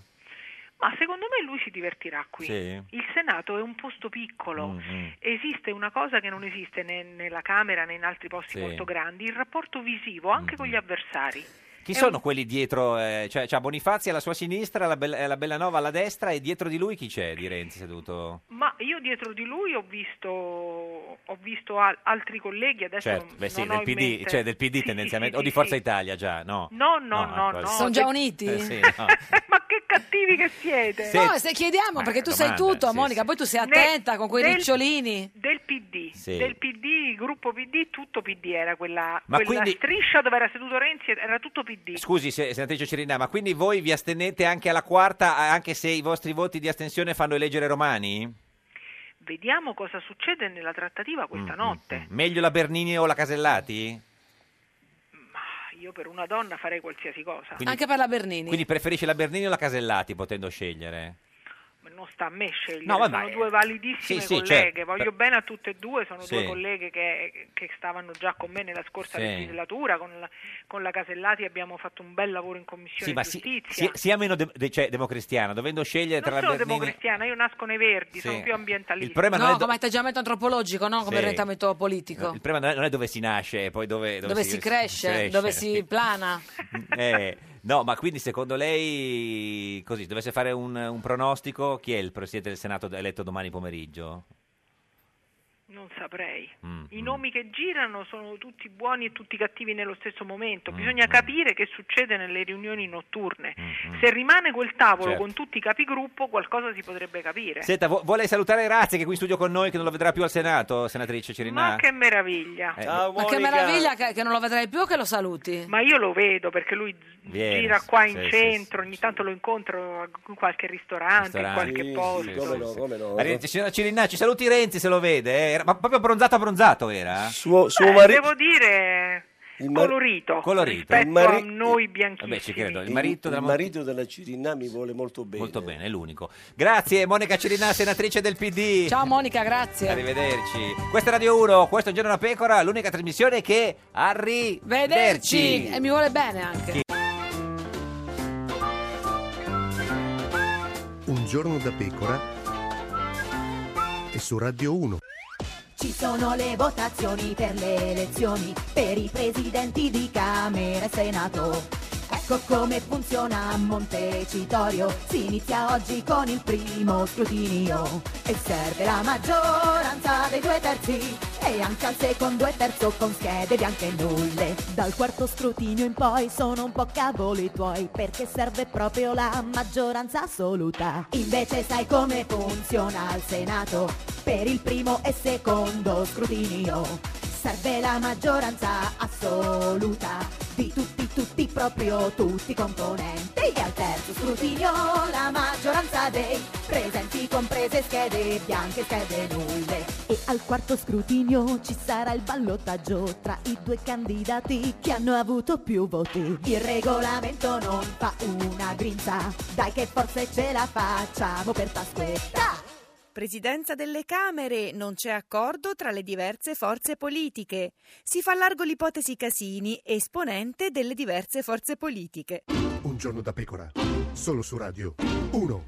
Ma secondo me lui si divertirà qui. Sì. Il Eh, Senato è un posto piccolo. Mm, mm. Esiste una cosa che non esiste né nella Camera né in altri posti Sì. Mm-hmm. molto grandi, il rapporto visivo anche con gli avversari. Chi È sono un- quelli dietro? eh, cioè, c'ha Bonifazi alla sua sinistra, la, Bella- la Bellanova alla destra e dietro di lui chi c'è di Renzi seduto? Ma io dietro di lui ho visto, ho visto al- altri colleghi, adesso Certo, non, beh sì, non ho del in PD, mente- cioè del PD Sì, sì, tendenzialmente, sì, o di sì, Forza sì. Italia già, no? No, no, no, ecco, no. Sono già Eh, uniti? eh, sì, no. Ma che cattivi che siete! Sì. No, se chiediamo, perché tu sai domanda, tutto, sì, Monica, sì. poi tu sei Nel- attenta con quei del- ricciolini. Del PD, Sì. del PD, gruppo PD, tutto PD era quella, Ma quella quindi- striscia dove era seduto Renzi, era tutto PD. Scusi, se- senatrice Cirina, ma quindi voi vi astenete anche alla quarta, a- anche se i vostri voti di astensione fanno eleggere Romani? Vediamo cosa succede nella trattativa questa notte. Mm, Meglio la Bernini o la Casellati? Io per una donna farei qualsiasi cosa. Quindi- Anche per la Bernini. Quindi preferisce la Bernini o la Casellati potendo scegliere? Ma Non sta a me scegliere, No, vabbè, eh. sono due validissime sì, sì, colleghe, certo. voglio Per- bene a tutte e due, sono Sì. due colleghe che, che stavano già con me nella scorsa Sì. legislatura, con la, con la Casellati abbiamo fatto un bel lavoro in commissione Sì, ma si- giustizia. si- sia meno de- de- cioè, democristiana, dovendo scegliere non tra sono la Bernini... democristiana, io nasco nei verdi, Sì. sono più ambientalista. Il problema non No, è do- come atteggiamento antropologico, non come Sì. orientamento politico. Il problema non è- non è dove si nasce e poi dove, dove, si, cresce, dove si plana. Eh, no, ma quindi secondo lei, così, se dovesse fare un, un pronostico, chi è il Presidente del Senato eletto domani pomeriggio? Non saprei. Mm, I nomi che girano sono tutti buoni e tutti cattivi nello stesso Mm, momento. Bisogna capire che succede nelle riunioni notturne. Se rimane quel tavolo Mm, Certo. con tutti i capigruppo, qualcosa si potrebbe capire. Senta, vu- vuole salutare Razzi che è qui in studio con noi, che non lo vedrà più al Senato, senatrice Cirinà? Ma che meraviglia! Eh, Ciao, Ma che meraviglia che, che non lo vedrai più o che lo saluti. Ma io lo vedo perché lui z- Viene, gira qua in sì, sì, centro, ogni tanto lo incontro a- in qualche ristorante, in Ristorante, qualche sì, posto. sì, sì, sì. Arrivederci, signora Cirinà, ci saluti Renzi se lo vede, eh. era, ma proprio bronzato bronzato era? Suo, Beh, devo dire Il mari- colorito, Colorito. Eh, rispetto Il mari- a noi bianchissimi. Vabbè, ci credo. Il marito della il Mon- marito della Cirinà mi vuole molto bene. Molto bene, è l'unico. Grazie Monica Cirina, senatrice del PD. Ciao Monica, grazie. Arrivederci. Questa è Radio 1, questo è Giorno da Pecora, l'unica trasmissione che Vederci. arrivederci. E mi vuole bene anche. Un giorno da pecora e su Radio 1. Ci sono le votazioni per le elezioni, per i presidenti di Camera e Senato. Ecco come funziona a Montecitorio, si inizia oggi con il primo scrutinio e serve la maggioranza dei due terzi e anche al secondo e terzo con schede bianche e nulle. Dal quarto scrutinio in poi sono un po' cavoli tuoi perché serve proprio la maggioranza assoluta. Invece sai come funziona al Senato per il primo e secondo scrutinio. Serve la maggioranza assoluta di tutti, tutti, proprio tutti i componenti. E al terzo scrutinio la maggioranza dei presenti, comprese schede bianche e schede nulle. E al quarto scrutinio ci sarà il ballottaggio tra i due candidati che hanno avuto più voti. Il regolamento non fa una grinza, dai che forse ce la facciamo per Pasquetta. Presidenza delle Camere, non c'è accordo tra le diverse forze politiche. Si fa largo l'ipotesi Casini, esponente delle diverse forze politiche. Un giorno da pecora, solo su Radio 1.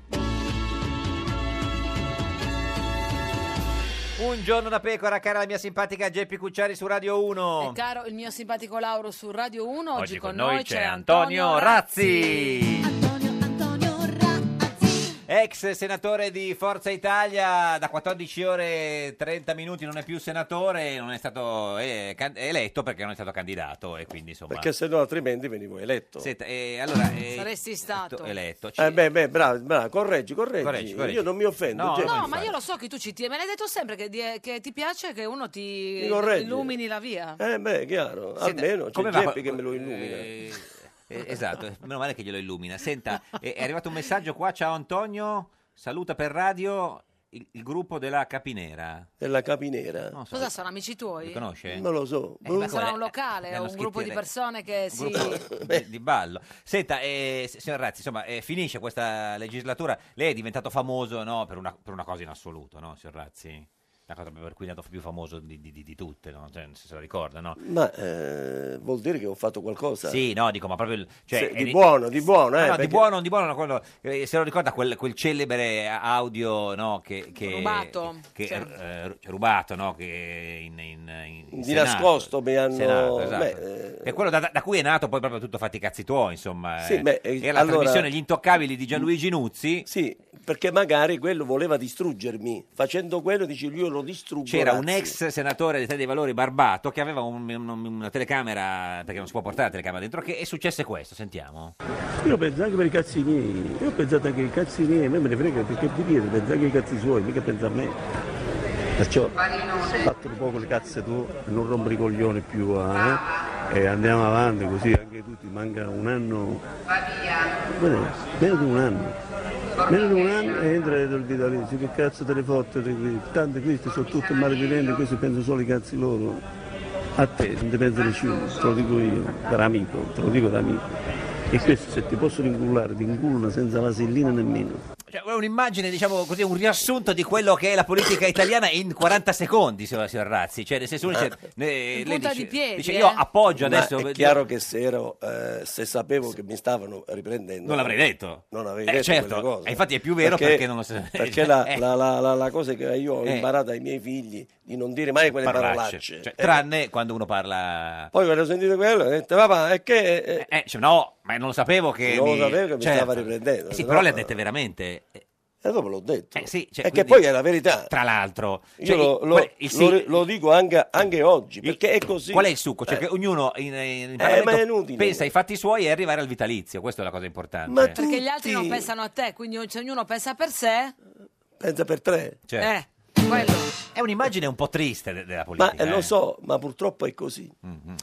Un giorno da Pecora, cara la mia simpatica Geppi Cucciari su Radio 1. E caro il mio simpatico Lauro su Radio 1, oggi, con noi, c'è Antonio Razzi. Ex senatore di Forza Italia da 14 ore e 30 minuti, non è più senatore, non è stato eh, can- eletto perché non è stato candidato e quindi insomma... Perché se no altrimenti venivo eletto. Senta, eh, allora, eh, Saresti stato. eletto. Ci- Eh, beh, beh, bravo, bravo, correggi, correggi. Correggi, correggi. Io non mi offendo. No, Geppi. No, ma io lo so che tu ci tieni, me l'hai detto sempre che, di- che ti piace che uno ti Mi corregge. illumini la via. Eh beh, chiaro, Senta, almeno c'è come va- Geppi che me lo illumina. Eh, eh, esatto, eh, meno male che glielo illumina. Senta, eh, è arrivato un messaggio qua, ciao Antonio, saluta per radio il, il gruppo della Capinera. Della Capinera? Non so, Cosa sono, amici tuoi? li conosce? Non lo so. Eh, ma Sarà come- un locale le hanno o un gruppo di scritte- persone che si... un gruppo di, di ballo. Senta, eh, s- signor Razzi, insomma, eh, finisce questa legislatura. Lei è diventato famoso no, per, una, per una cosa in assoluto, no, signor Razzi? La cosa per cui è andato più famoso di, di- di- di tutte, no? Cioè, non so se la ricorda, no? Ma eh, vuol dire che ho fatto qualcosa? Sì, no, dico, ma proprio... il- Cioè, Se- di è- buono, di No, buono, eh, no, di perché- buono, di buono, no, quello- eh, se lo ricorda quel, quel celebre audio no, che, che- Rubato, che- sì. eh, cioè, rubato, no, che in, in- in- in Di Senato. nascosto mi hanno- Senato, esatto. beh, Che è quello da, da cui è nato poi proprio tutto fatti i cazzi tuoi, insomma. Sì, eh. beh, eh, Era la allora- trasmissione Gli Intoccabili di Gianluigi Nuzzi. Sì, perché magari quello voleva distruggermi. Facendo quello dice io lo distruggo. C'era un Razzi. ex senatore dell'Italia dei Valori Barbato che aveva un- un- una telecamera, perché non si può portare la telecamera dentro, che è successo questo, sentiamo. Io penso anche per i cazzi miei, io ho pensato anche ai cazzi miei, a me me ne frega perché di piede pensa anche ai cazzi suoi, mica pensa a me. Perciò fatti un po' con le cazze tue, non rompere i coglioni più eh, e andiamo avanti così anche tutti, manca un anno, Guarda, meno di un anno. Meno di un anno e entra dentro il vitalizio, che cazzo te ne fotte? di qui? Tanto questi sono tutti malviventi, questi pensano solo i cazzi loro. A te, non ti pensa nessuno, te lo dico io, per amico, te lo dico da amico. E questo se ti possono incullare, ti incullano senza la sellina nemmeno. Cioè, è un'immagine, diciamo così, un riassunto di quello che è la politica italiana in 40 secondi, signor, signor Razzi. Cioè, nel senso, uno dice, eh, lei punta dice- di piedi, dice, eh. io appoggio Ma adesso... È chiaro che se, ero, eh, se sapevo che mi stavano riprendendo. Non l'avrei detto. Non avrei Eh, detto certo. quelle cose. E infatti è più vero perché non lo sa- Perché la, Eh. la- la- la- la cosa che io ho Eh. imparato ai miei figli di non dire mai quelle Parolacce. parolacce. Cioè, Eh, tranne quando uno parla... Poi quando ho sentito quello ho detto, papà, è che... eh, Eh, cioè, no, ma non lo sapevo che... Non lo mi- sapevo che mi stava riprendendo, Eh Sì, se no- però le ha dette veramente... Eh, E dopo l'ho detto. sì, cioè, E che quindi- poi è la verità. Tra l'altro... Io Cioè, lo, il- lo- qual- il sì- lo- lo dico anche, anche oggi, perché è così. Qual è il succo? Cioè, Eh. che ognuno in, in ma è Parlamento inutile. pensa ai fatti suoi e arrivare al vitalizio. Questa è la cosa importante. Ma tu- Perché gli altri non Tutti. pensano a te, quindi ogni- ognuno pensa per sé. Pensa per tre. Cioè, Eh, quello. È un'immagine un po' triste de- della Ma politica. eh, lo eh. Mm-hmm. so, ma purtroppo è così. Mm.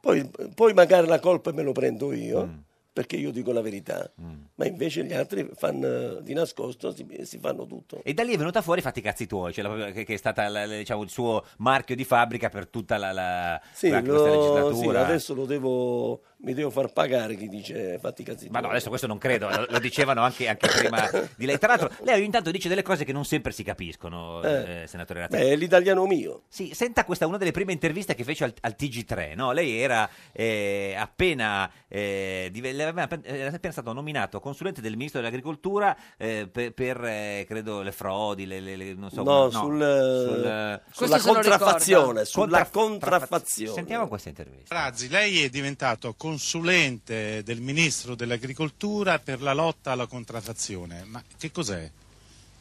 Poi, poi magari la colpa me lo prendo io, perché io dico la verità. ma invece gli altri fanno di nascosto, si, si fanno tutto. E da lì è venuta fuori fatti i cazzi tuoi, cioè la- che, che è stata la- la- diciamo, il suo marchio di fabbrica per tutta la, la- Sì, la- lo- questa legislatura. eh. sì, adesso lo devo, mi devo far pagare chi dice eh, fatti i cazzi Ma no, tuoi. adesso questo non credo, lo, lo dicevano anche, anche prima di lei. Tra l'altro, lei ogni tanto dice delle cose che non sempre si capiscono, Eh. eh, senatore Razzini. Beh, è l'italiano mio. Sì, senta questa è una delle prime interviste che fece al, al TG3, no? Lei era eh, appena, eh, dive- le aveva appen- era appena stato nominato consulente del ministro dell'agricoltura eh, per, per, eh, credo, le frodi, le, le- le- non so... come- No, sul, sul- sulla contraffazione, sulla contraffazione. Sentiamo questa intervista. Razzi, lei è diventato consulente del ministro dell'agricoltura per la lotta alla contraffazione, ma che cos'è?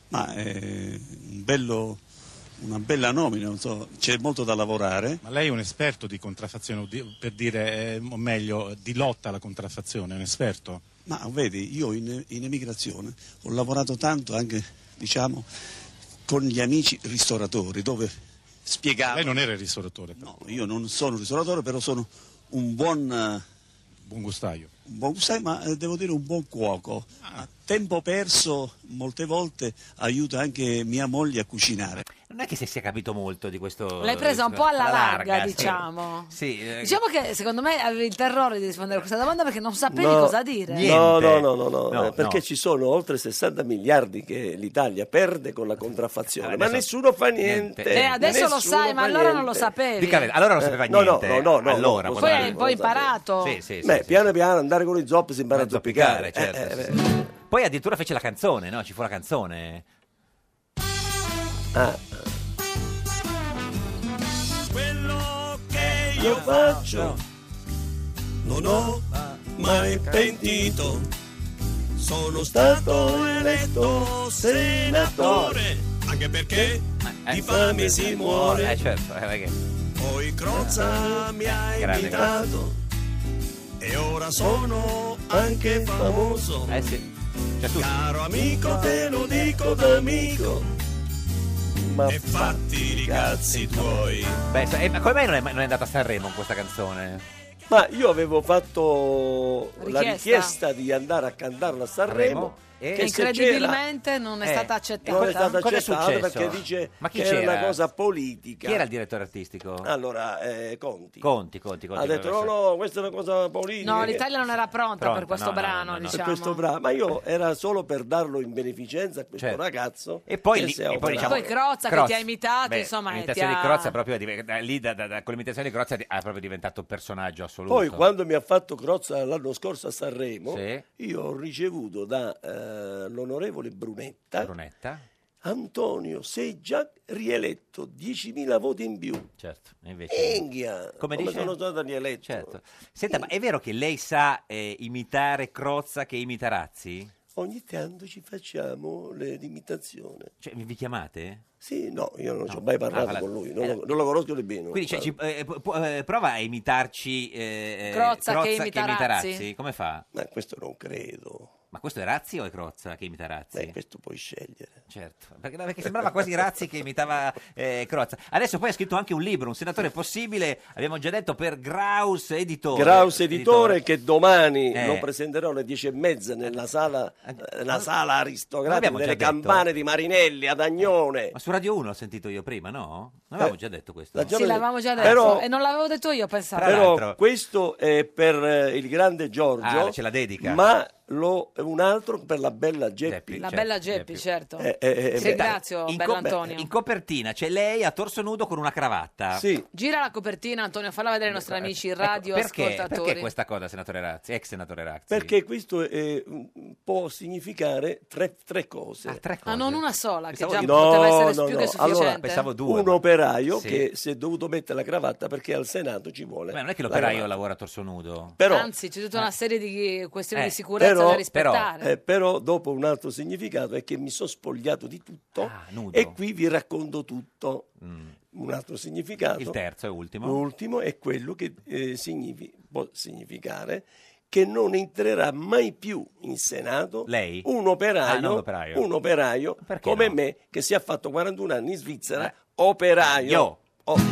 Ma è un bello- una bella nomina, non so, c'è molto da lavorare. Ma lei è un esperto di contraffazione, o di- per dire, eh, o meglio, di lotta alla contraffazione, è un esperto? Ma vedi, io in, in emigrazione ho lavorato tanto anche, diciamo, con gli amici ristoratori, dove spiegavo... Lei non era il ristoratore? No, io non sono un ristoratore, però sono un buon... eh, Buon gustaio. Ah. Un buon gustaio, ma eh, devo dire un buon cuoco. A tempo perso, molte volte, aiuta anche mia moglie a cucinare. Non è che si sia capito molto di questo... L'hai presa un po' alla larga, sì. diciamo. Sì, eh, Diciamo che secondo me avevi il terrore di rispondere a questa domanda perché non sapevi No, cosa dire. No, no, no, no, no, No, eh, perché no. ci sono oltre 60 miliardi che l'Italia perde con la contraffazione, Eh, ma nessuno fa niente. Eh, adesso lo Nessuno sai, ma fa allora non lo niente. sapevi. allora non sapeva Eh, no, niente. No, no, no, no, Allora, lo Poi sapevo, hai lo poi sapevo. imparato. Beh, piano piano andare con i zoppi si impara a zoppicare. Piccare, certo, Eh, eh, sì, sì. Poi addirittura fece la canzone, no? Ci fu la canzone. Ah. Quello che io faccio non ho mai pentito. Sono stato eletto senatore, anche perché di fame si muore. Eh, certo, eh, perché- Poi Crozza mi ha Grande invitato e ora sono anche famoso. Eh sì. Caro amico, te lo dico d'amico. Ma e fatti i cazzi tuoi. Beh, so- eh, ma come mai non è, non è andata a Sanremo con questa canzone? Ma io avevo fatto la Richiesta. richiesta di andare a cantarla a Sanremo. eh. Che che se c'era- incredibilmente non è Eh, stata accettata. Non è stata Cosa è accettata successo? perché dice Ma chi che era c'era? una cosa politica. Chi era il direttore artistico? Allora, eh, Conti. Conti, Conti, Conti. Ha detto no, professore. no, questa è una cosa politica. No, l'Italia non era pronta Pronta, per questo no, no, brano, no, no. diciamo. Per questo bravo, ma io era solo per darlo in beneficenza a questo Certo. ragazzo. E poi, che lì- si è e poi, operato. diciamo, Poi Crozza che ti ha imitato, Beh, insomma, eh, l'imitazione ti ha- di Crozza è proprio div- da- lì da, da- da- con l'imitazione di Crozza di- ha proprio diventato un personaggio assoluto. Poi quando mi ha fatto Crozza l'anno scorso a Sanremo, Sì. io ho ricevuto dall'onorevole Brunetta, Brunetta, Antonio, sei già rieletto, 10.000 voti in più. certo, e invece Enghia, Come come, dice? sono stato rieletto. Certo. Senta, ma è vero che lei sa eh, imitare Crozza che imita Razzi? Ogni tanto ci facciamo le- l'imitazione. Cioè, vi vi chiamate? Sì, no, io non ci ho No. mai Ah, parlato parla- con lui, non, eh, lo, non lo conosco nemmeno. Quindi cioè, Ma- ci- eh, pu- pu- eh, prova a imitarci eh, eh, Crozza che imita Razzi. Come fa? Ma questo non credo. Ma questo è Razzi o è Crozza che imita Razzi? questo puoi scegliere. Certo, perché, no, perché sembrava quasi Razzi che imitava eh, Crozza. Adesso poi ha scritto anche un libro, Un senatore possibile, abbiamo già detto, per Graus Editore. Graus editore che domani Eh. lo presenterò alle 10 e mezza nella sala, eh, la sala L'abbiamo aristocratica già delle detto? Eh, campane di Marinelli ad Agnone. Ma su Radio 1 ho sentito io prima, no? Non avevamo Eh, già detto questo. la già- Sì, l'avevamo già detto. Però- E non l'avevo detto io, pensavo. Però questo è per eh, il grande Giorgio, Ah, ce la dedica. ma lo- un altro per la bella Geppi. cioè, La bella Geppi, certo. Eh, eh, eh, Ti beh, ringrazio, in, bello co- Antonio. in copertina c'è lei a torso nudo con una cravatta. Sì. Gira la copertina, Antonio, falla vedere ai nostri amici radio Perché? ascoltatori. Perché questa cosa, senatore Razzi, ex senatore Razzi? Perché questo eh, m- può significare tre, tre cose. Ah, non una sola, che Pensavo già di- poteva No, essere no, più no. che sufficiente. Allora, un operaio Sì. che si è dovuto mettere la cravatta perché al Senato ci Eh, vuole. Beh, non è che la l'operaio cravatta. lavora a torso nudo. Però, Anzi, c'è tutta una serie di questioni eh, di sicurezza però- da rispettare. eh, però dopo un altro significato è che mi sono spogliato di tutto Ah, nudo. Mm. e qui vi racconto tutto. Un altro significato. Il terzo e ultimo. L'ultimo è quello che eh, signifi- può significare che non entrerà mai più in Senato Lei? Ah, un non operaio, l'operaio. un operaio come me che si è fatto 41 anni in Svizzera, Eh. operaio. Oh. Io.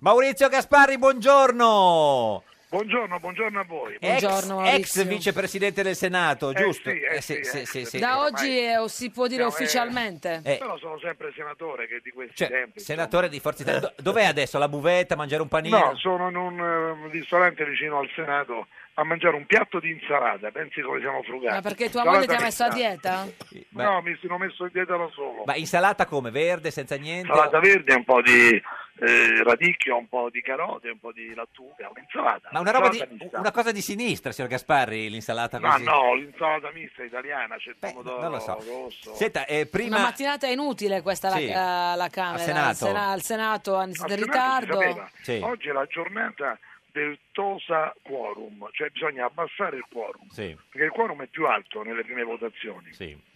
Maurizio Gasparri, buongiorno. Buongiorno, buongiorno a voi. Ex- Buongiorno, Oh, ex, Maurizio. vicepresidente del Senato, Eh giusto? sì, eh sì, sì, sì, eh sì, sì. Da ormai- oggi eh, o si può dire Siamo, eh, ufficialmente. Eh. Però sono sempre senatore che di questi Cioè, tempi. senatore di Forza Italia, do- dov'è adesso? La buvetta, mangiare un panino? No, sono in un eh, ristorante vicino al Senato a mangiare un piatto di insalata, pensi come siamo frugati. Ma perché tua Insalata moglie ti ha messo a mista. dieta? Beh, No, mi sono messo in dieta da solo. Ma insalata come? Verde, senza niente? Insalata verde, un po' di eh, radicchio, un po' di carote, un po' di lattuga, un'insalata. Ma una, roba di- Insalata mista. una cosa di sinistra, signor Gasparri, l'insalata Ma così? no, l'insalata mista italiana, c'è il pomodoro non lo so. rosso. Senta, eh, Una prima... mattinata inutile questa Sì. la, eh, la Camera. Al Senato. Al, Sena- al Senato hanno- siete in Al Senato si ritardo. sapeva. Oggi è la giornata del Tosa Quorum, cioè bisogna abbassare il quorum, Sì, perché il quorum è più alto nelle prime votazioni. sì.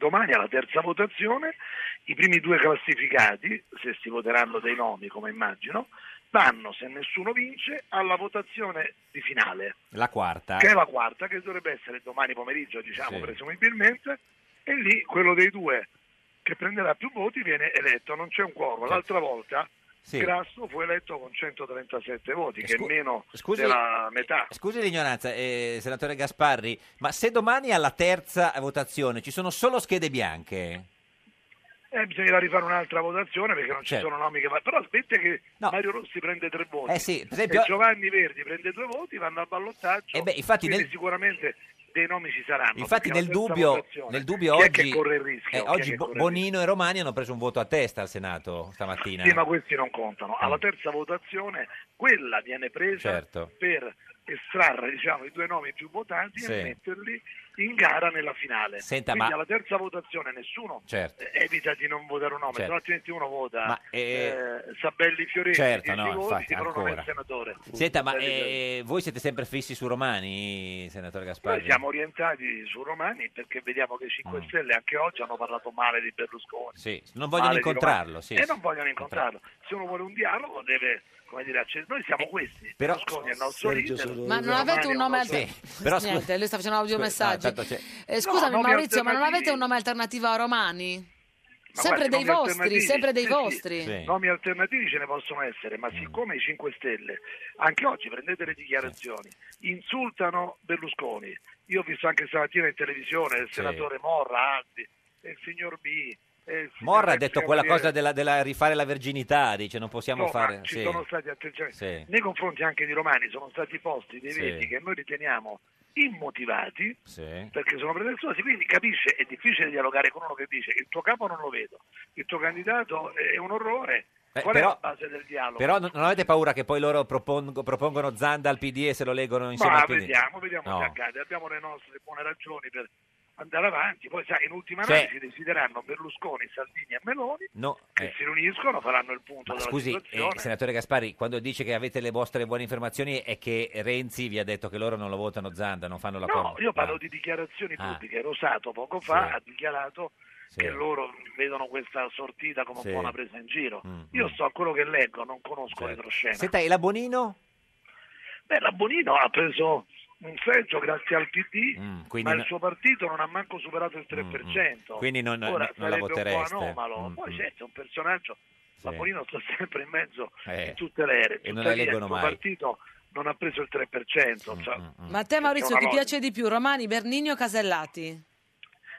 Domani alla terza votazione i primi due classificati, se si voteranno dei nomi come immagino, vanno, se nessuno vince, alla votazione di finale, La quarta. che è la quarta, che dovrebbe essere domani pomeriggio, diciamo Sì. presumibilmente, e lì quello dei due che prenderà più voti viene eletto, non c'è un quorum. L'altra volta Certo. Sì. Grasso fu eletto con 137 voti, che Scu- è meno scusi- della metà. Scusi l'ignoranza, eh, senatore Gasparri, ma se domani alla terza votazione ci sono solo schede bianche? Eh, bisognerà rifare un'altra votazione perché non Certo. ci sono nomi che vanno. Però aspetta che Mario Rossi prende tre voti Eh sì, per esempio- e Giovanni Verdi prende due voti, vanno a ballottaggio. Eh beh, infatti quindi nel- sicuramente dei nomi ci saranno. Infatti perché nel la terza dubbio, votazione- nel dubbio chi è oggi, che corre il rischio? eh, Chi è oggi che Bo- corre il rischio? Bonino e Romani hanno preso un voto a testa al Senato stamattina. Sì, ma questi non contano. Alla terza votazione quella viene presa Mm. Certo. per estrarre diciamo, i due nomi più votati Sì. e metterli in gara nella finale. Senta, Quindi ma- alla terza votazione nessuno Certo. eh, evita di non votare un nome, Certo. se no altrimenti uno vota Ma, eh, eh, Sabelli Fioretti, certo, 10 no, voti, infatti, però non è ancora. il senatore. Senta, ma Eh, eh, voi siete sempre fissi su Romani, senatore Gasparri? Noi siamo orientati su Romani perché vediamo che i Mm. 5 Stelle anche oggi hanno parlato male di Berlusconi. Sì, non vogliono Male di incontrarlo, Romani. sì, E sì. eh, non vogliono incontrarlo. Se uno vuole un dialogo deve, come dire, acce- noi siamo questi. Eh, però- Berlusconi è il nostro Sergio leader. Soloni. Ma non avete un nome Sì. alternativo? però scusi- Niente, lui sta facendo un audiomessaggio. No, tanto c'è- Eh, scusami nomi Maurizio, ma non alternativi. avete un nome alternativo a Romani? Ma Sempre guardi, dei nomi vostri, alternativi- sempre dei sì, sì, vostri. Nomi alternativi ce ne possono essere, Mm. ma siccome i 5 Stelle, anche oggi prendete le dichiarazioni, insultano Berlusconi. Io ho visto anche stamattina in televisione il Sì. senatore Morra, Aldi, e il signor B. e il signor Morra ha ex detto quella cavaliere. cosa della, della rifare la verginità, dice non possiamo Insomma, fare... ci sì. sono stati atteggiamenti Sì. nei confronti anche di Romani sono stati posti dei Sì. veti che noi riteniamo immotivati Sì. perché sono pretestuosi quindi capisce è difficile dialogare con uno che dice il tuo capo non lo vedo il tuo candidato è un orrore Eh, qual però- è la base del dialogo Però non non avete paura che poi loro propongo- propongono Zanda al PD e se lo leggono insieme ma al PD? vediamo vediamo No. se accade abbiamo le nostre buone ragioni per andare avanti poi sai in ultima Cioè- analisi decideranno Berlusconi Salvini e Meloni No, che eh. si riuniscono faranno il punto Ma della scusi, situazione eh, senatore Gasparri, quando dice che avete le vostre buone informazioni è che Renzi vi ha detto che loro non lo votano Zanda, non fanno la No, io parlo Ah. di dichiarazioni Ah. pubbliche. Rosato poco fa Sì. ha dichiarato Sì. che loro vedono questa sortita come Sì. un po' una presa in giro. Mm, Io mm. so quello che leggo, non conosco le retroscena. Senta, e la Bonino? Beh, la Bonino ha preso un seggio grazie al PD, Mm, quindi ma no- Mm, il suo partito non ha manco superato il 3%. Quindi non- non Ora, la sarebbe votereste. un po' anomalo. Mm, Poi mm. certo, è un personaggio... Sì. La Bonino sta sempre in mezzo Eh. in tutte le ere. E non la Tuttavia, eleggono il suo mai. Mm, partito non ha preso il 3%. cioè, Ma a te Maurizio c'è ti una piace di più Romani, Bernini o Casellati?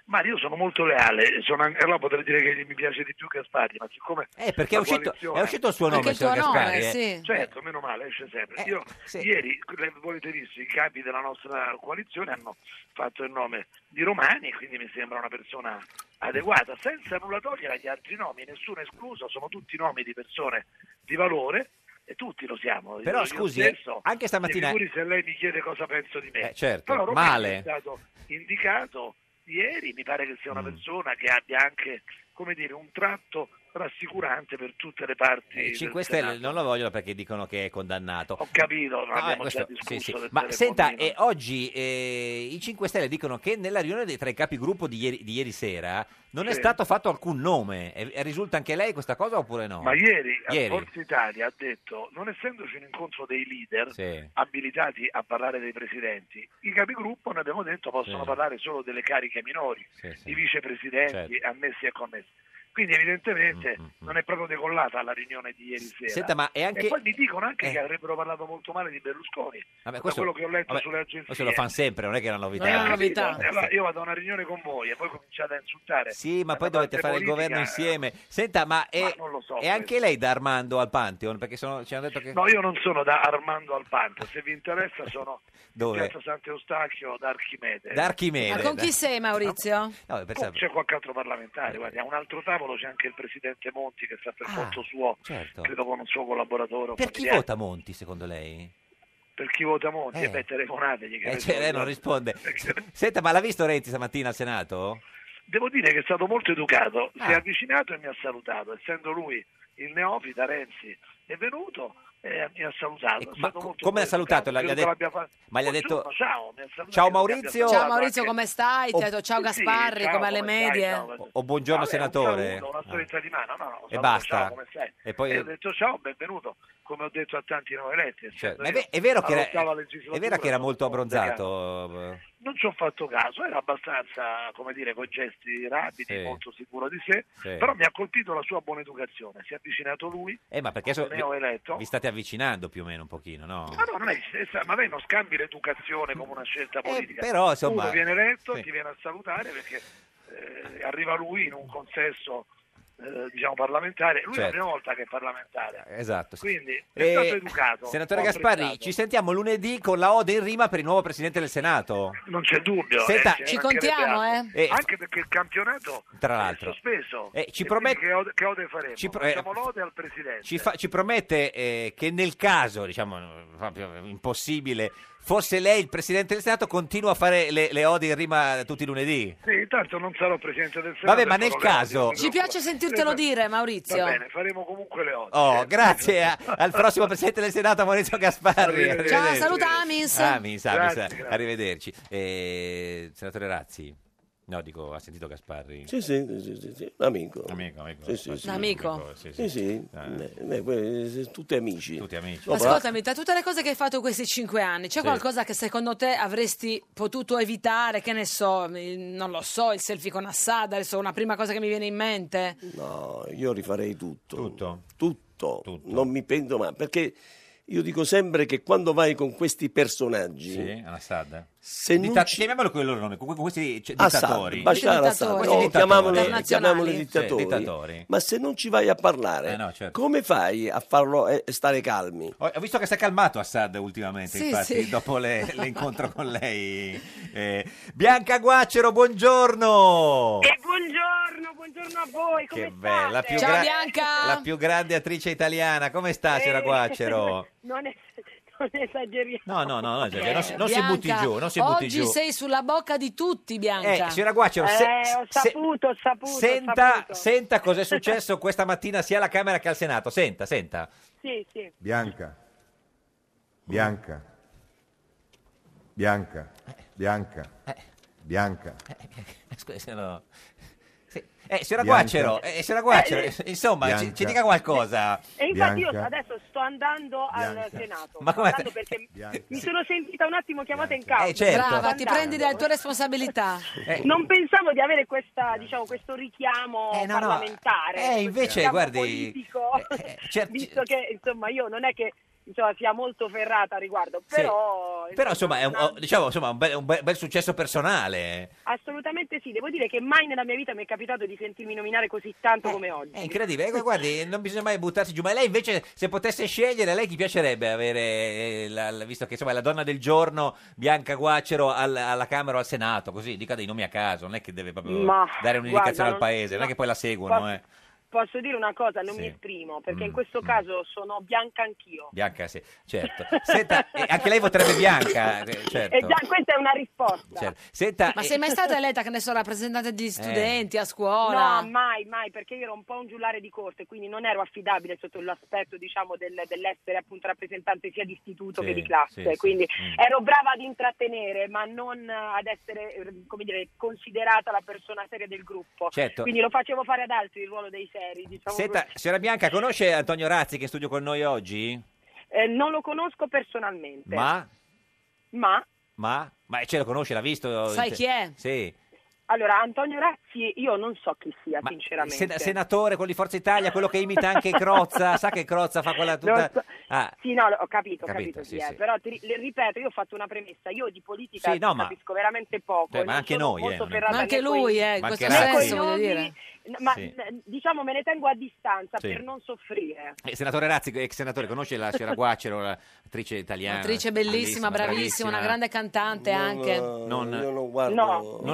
Ma io sono molto leale, sono anche, allora potrei dire che mi piace di più Gasparri, ma siccome... Eh, perché è la uscito, coalizione- è uscito il suo nome, signor Gasparri. eh. Certo, meno male, esce sempre. Io, Ieri, le- volete visto, i capi della nostra coalizione hanno fatto il nome di Romani, quindi mi sembra una persona adeguata, senza nulla togliere agli altri nomi, nessuno escluso, sono tutti nomi di persone di valore e tutti lo siamo. Però, Io scusi, stesso, eh, anche stamattina- mi figuri se lei mi chiede cosa penso di me. Eh, certo, Però Romani male. è stato indicato ieri, mi pare che sia Mm. una persona che abbia anche, come dire, un tratto rassicurante per tutte le parti. I del 5 Senato. Stelle non lo vogliono perché dicono che è condannato. Ho capito, ma No, abbiamo eh, questo- già discusso sì, sì. del Ma telefonino. senta, eh, oggi eh, i 5 Stelle dicono che nella riunione dei, tra i capigruppo di ieri, di ieri sera non è Sì. stato fatto alcun nome. E- e risulta anche lei questa cosa oppure no? Ma ieri, a Ieri? Forza Italia ha detto, non essendoci un incontro dei leader Sì. abilitati a parlare dei presidenti, i capigruppo, ne abbiamo detto, possono Sì. parlare solo delle cariche minori, Sì, sì. i vicepresidenti Certo. Mm, annessi e connessi. Quindi evidentemente non è proprio decollata la riunione di ieri sera. Senta, ma è anche- E poi mi dicono anche eh. che avrebbero parlato molto male di Berlusconi, Vabbè, da questo- quello che ho letto vabbè, sulle agenzie. Questo lo fanno sempre, non è che è una novità. Eh, capito? Allora, io vado a una riunione con voi e poi cominciate a insultare. Sì, ma poi la parte dovete fare il politica. governo insieme. Senta, ma è, Ma non lo so è anche questo. lei da Armando al Pantheon? Perché sono- ci hanno detto che... No, io non sono da Armando al Panto, se vi interessa sono Dove? in Piazza Sant'Eustachio da Archimede. Da Archimede. Ma con chi Eh, sei Maurizio? No, per Oh, sapere. c'è qualche altro parlamentare, guardi, a un altro tavolo c'è anche il presidente Monti che sta per Ah, conto suo, certo. credo con un suo collaboratore. o Per chi familiare. vota Monti, secondo lei? Per chi vota Monti? Eh. E beh, telefonategli. che Eh, ne cioè, so lei io. non risponde. Senta, ma l'ha visto Renzi stamattina al Senato? Devo dire che è stato molto educato, si è Ah. avvicinato e mi ha salutato, essendo lui il neofita Renzi è venuto e mi ha salutato. È Ecco, ma stato co- molto come l'ha educato, salutato? L'ha- gli credo ha che detto- l'abbia fatto- ma gli ha detto- Buongiorno, ciao, mi ha salutato, Ciao, credo che abbia Maurizio. salutato Ciao Maurizio, anche- come stai? Ti ha Oh, detto ciao sì, sì, Gasparri, ciao, come alle come stai? medie? Ciao, O, o buongiorno, Vabbè, un senatore? saluto, una stretta di mano, no, no, un E saluto, basta. ciao, come stai? E poi- E ho detto ciao, benvenuto, come ho detto a tanti nuovi eletti. Cioè, essendo ma è, io ve- è vero che eh, all'ottava era, eh, legislatura, è vero che era molto sono un po' abbronzato? non ci ho fatto caso, era abbastanza, come dire, con gesti rapidi, Sì. molto sicuro di sé, Sì. però mi ha colpito la sua buona educazione, si è avvicinato lui, Eh, ma perché so- ne ho eletto. Ah, vi, vi state avvicinando più o meno un pochino, no? Ma no, non è, ma lei non scambi l'educazione come una scelta politica. Eh, però, insomma, Uno viene eletto, sì. ti viene a salutare perché eh, arriva lui in un consesso eh, diciamo parlamentare. Lui è Certo. la prima volta che è parlamentare. Esatto. sì. Quindi è Eh, stato educato. Senatore ho Gasparri, apprezzato. ci sentiamo lunedì con la Ode in rima per il nuovo Presidente del Senato. Non c'è dubbio. Senta, eh, Ci mancherebbe contiamo, altro. eh. Eh, Anche perché il campionato Tra è l'altro, sospeso. Eh, ci E promet- quindi Che ode, che ode faremo? ci pro- eh, Facciamo l'ode al Presidente. ci, fa- ci promette eh, che nel caso, diciamo, proprio impossibile, fosse lei il Presidente del Senato, continua a fare le, le Ode in rima tutti i lunedì. Sì, intanto non sarò Presidente del Senato. Vabbè, ma e nel farò le ode, caso- non mi Ci piace preoccupare. sentirtelo dire, Maurizio. Va bene, faremo comunque le ode. Oh, grazie a- al prossimo Presidente del Senato, Maurizio Gasparri. Arrivederci. Ciao, Arrivederci. saluta Amins. Ah, mi sa, mi sa. Grazie, grazie. Arrivederci. Eh, senatore Razzi, no, dico, ha sentito Gasparri? Sì, sì, sì, sì, sì, sì, amico. Amico, amico. Sì, sì, sì. Un amico. Sì, sì, Eh, eh, que- eh, tutti amici. Tutti amici. Ascoltami, tra tutte le cose che hai fatto questi cinque anni, c'è Sì. qualcosa che secondo te avresti potuto evitare? Che ne so, il- non lo so, il selfie con Assad, adesso una prima cosa che mi viene in mente. No, io rifarei tutto. Tutto? Tutto. Non mi pento mai, perché io dico sempre che quando vai con questi personaggi... Sì, Assad. Se non Ditta- Chiamiamolo con il loro nome, con questi cioè, Assad, dittatori. Bashar Assad, Questi no, dittatori. chiamiamoli, chiamiamoli Sì, dittatori, dittatori. Eh, cioè, ma se non ci vai a parlare, come fai a farlo eh, stare calmi? Ho ho visto che si è calmato Assad ultimamente, Sì, infatti, sì. dopo le- l'incontro con lei. Eh, Bianca Guacero, buongiorno! E buongiorno, buongiorno a voi. Come Che bella, la più, Ciao, gra- Bianca! la più grande attrice italiana. Come sta, Eh, Sera Ah, Guacero? Non, es- non esageriamo. No, no, no, no, Giorgia, non, si- non si Bianca, butti giù, non si butti oggi giù. sei sulla bocca di tutti, Bianca. Eh, signora Guacero, se- Eh, ho saputo, ho saputo. ho Senta, saputo. senta cos'è successo questa mattina sia alla Camera che al Senato. Senta, senta. Sì, sì. Bianca, Bianca, Bianca, Bianca, Eh. Bianca. Scusi, se no- Sì. Eh, signora Bianca. Guacero, eh, signora Guacero, Eh, insomma, ci- Bianca. ci, dica qualcosa. E infatti io adesso sto andando al Bianca. Senato. Ma Sto come- andando perché mi sono sentita un attimo chiamata in causa. Eh, certo. Eh. Sto Brava, ti andando. prendi delle tue responsabilità. Non pensavo di avere questa, diciamo, questo richiamo no, no. parlamentare. Eh, questo invece, richiamo guardi, eh, certo. politico, visto che insomma io non è che insomma, sia molto ferrata a riguardo, Sì. però, Però insomma è un, oh, diciamo, insomma, un, bel, un bel- bel successo personale. assolutamente sì. Devo dire che mai nella mia vita mi è capitato di sentirmi nominare così tanto come oggi. È incredibile. Eh, Guardi, non bisogna mai buttarsi giù. Ma lei invece, se potesse scegliere, a lei chi piacerebbe avere, eh, la- la- visto che insomma è la donna del giorno, Bianca Guacero, al- alla Camera o al Senato? Così, dica dei nomi a caso, non è che deve proprio Ma, guarda, dare un'indicazione non- al paese, non è che poi la seguono. Posso- eh. Posso dire una cosa, non Sì. mi esprimo, perché in Mm, questo caso sono bianca anch'io. Bianca, sì, certo. Senta, eh, anche lei voterebbe Bianca, eh, certo. E già questa è una risposta. certo. Senta, Ma eh, sei mai stata eletta, che ne so, rappresentante di studenti a scuola? No, mai, mai, perché io ero un po' un giullare di corte, quindi non ero affidabile sotto l'aspetto, diciamo, del- dell'essere appunto rappresentante sia di istituto Sì, che di classe. sì, sì. quindi Mm. ero brava ad intrattenere, ma non eh, ad essere, eh, come dire, considerata la persona seria del gruppo. Certo. Quindi lo facevo fare ad altri il ruolo dei seri, diciamo. senta, così. signora Bianca, conosce Antonio Razzi che è in studio con noi oggi? Eh, non lo conosco personalmente, Ma, ma ma, ma ce lo conosce, l'ha visto? Sai chi è? Sì. Allora, Antonio Razzi, io non so chi sia, eh, sinceramente. Sen- senatore con di Forza Italia, quello che imita anche Crozza, sa che Crozza fa quella Non tutta... so- Ah, Sì, no, ho capito, ho capito, Capito, chi sì, è, sì. però ti ri- le ripeto, io ho fatto una premessa, io di politica Sì, no, ma- capisco veramente poco. Beh, ma non anche sono noi, eh, molto non è- ferrata Ma anche nei lui, coi- eh, in nei questo senso, coi voglio nomi, dire. n- Ma Sì. n- diciamo me ne tengo a distanza Sì. per non soffrire. Eh, senatore Razzi, ex senatore, conosce la signora Guacero, l'attrice italiana? Attrice bellissima, bravissima, una grande cantante anche. Non, guardo. non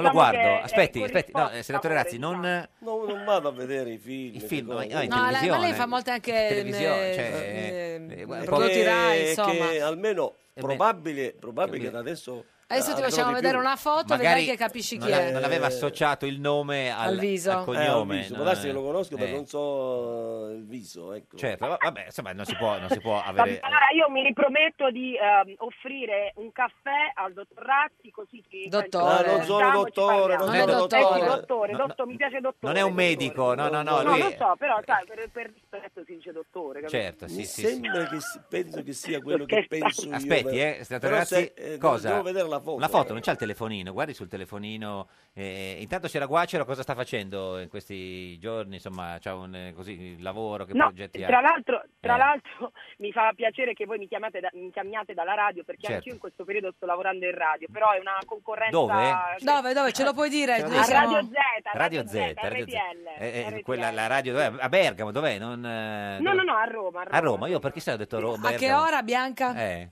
diciamo lo guardo. Aspetti, aspetti. No, eh, senatore Razzi, non... No, non vado a vedere i film. I film, le ma- cose. no, in No, lei, ma lei fa molte anche televisione, eh, cioè, eh, eh, Perché- prodotti Rai, insomma. Che almeno probabile, probabile che da adesso... Adesso ti Ah, andrò facciamo di vedere più. una foto, Magari vedrai che capisci non, chi a- è. non aveva associato il nome al, Al viso. al cognome. Eh, al viso, no? può darsi che lo conosco, Eh, ma non so eh, il viso, ecco. Certo, va- vabbè, insomma, non si può, non si può avere... Allora io mi riprometto di ehm, offrire un caffè al dottor Razzi così che Ah, Dottore. Eh, No, non sono facciamo, ci dottore, parliamo. non Non è sono dottore. Eh sì, dottore. dottore, No, no. dottor- mi piace dottore. Non è un medico, no, no, no, No, lui lo è... eh. so, però sai, per, per rispetto si dice dottore. capito? Certo, sì, Mi sì, sembra che si- penso che sia quello che Perché- penso io. Aspetti, ma- eh, senatore però Razzi, se- eh, devo- cosa? Devo vedere la foto. eh. La foto, non c'ha il telefonino, guardi sul telefonino. eh, intanto c'era Guacero, cosa sta facendo in questi giorni? Insomma, c'ha un eh, così, il lavoro, che No, progetti ha? tra l'altro, tra Eh. l'altro mi fa piacere che voi mi, chiamate da- mi chiamiate dalla radio perché Certo. anch'io in questo periodo sto lavorando in radio, però è una concorrenza... Dove? Cioè, Dove, dove? Ce lo puoi dire? A Noi siamo- Radio Z, a Eh, Radio Z, Radio Z. Eh, eh, quella, la radio dov'è? a Bergamo, dov'è? Non, eh, No, dov'è? no, no, a Roma. A Roma. A Roma, io perché se ho detto Roma? A che Bergamo? ora, Bianca? Eh,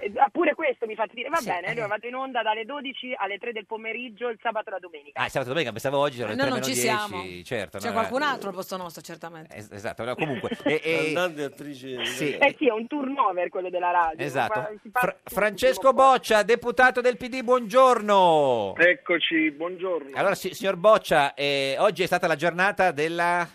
Eh, ah, Pure questo mi fate dire, va Sì, bene, eh. noi vado in onda dalle 12 alle 3 del pomeriggio il sabato e la domenica. Ah, è sabato e domenica, pensavo oggi, sono le Eh, Noi 3 non meno ci 10, siamo. certo. C'è no, qualcun eh, altro al posto nostro, certamente. es- Esatto, no, comunque. e- e- Andante attrice. Sì. Eh sì, è un turnover quello della radio. Fa- Esatto. si fa- Fra- Francesco Boccia, deputato del PD, buongiorno. Eccoci, buongiorno. Allora, si- signor Boccia, eh, oggi è stata la giornata della...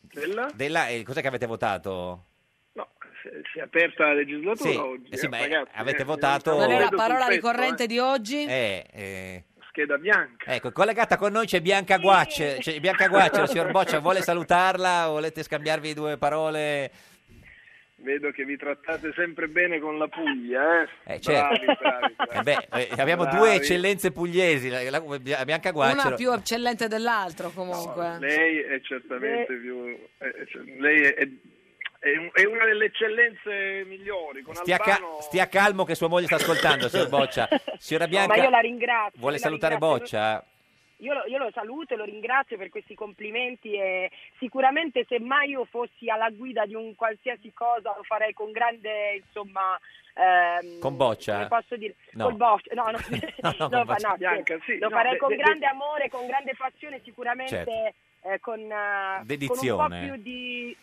Della? della eh, cos'è che avete votato? No, si è- si è aperta la legislatura Sì, oggi. eh sì, eh, ma ragazzi, avete eh, votato- non Qual è vedo la sul parola pezzo, ricorrente di oggi? Eh, eh, Scheda bianca. Ecco, collegata con noi c'è Bianca Guacce. C'è Bianca Guacce, il signor Boccia vuole salutarla, volete scambiarvi due parole? Vedo che vi trattate sempre bene con la Puglia, eh? Eh, certo. Bravi, bravi, bravi. Eh beh, eh, abbiamo Bravi. due eccellenze pugliesi, la, la- Bianca Una Guacce. più eccellente dell'altro, comunque. Lei è certamente più... eh, cioè, lei è, è un- è una delle eccellenze migliori. Con Stia, ca- Albano... stia calmo che sua moglie sta ascoltando, signor Boccia. Signora No, Bianca, ma io la ringrazio. vuole la salutare ringrazio. Boccia? Io lo, io lo saluto e lo ringrazio per questi complimenti e sicuramente se mai io fossi alla guida di un qualsiasi cosa lo farei con grande, insomma... ehm, Con Boccia? come posso dire? No. Col Boccia. No, no, No, lo fa- no, con Boccia. no, sì. Bianca, sì, Lo no, farei de- con de- grande de- amore, con grande passione, sicuramente Certo. eh, con, eh, con un po' Dedizione. più di...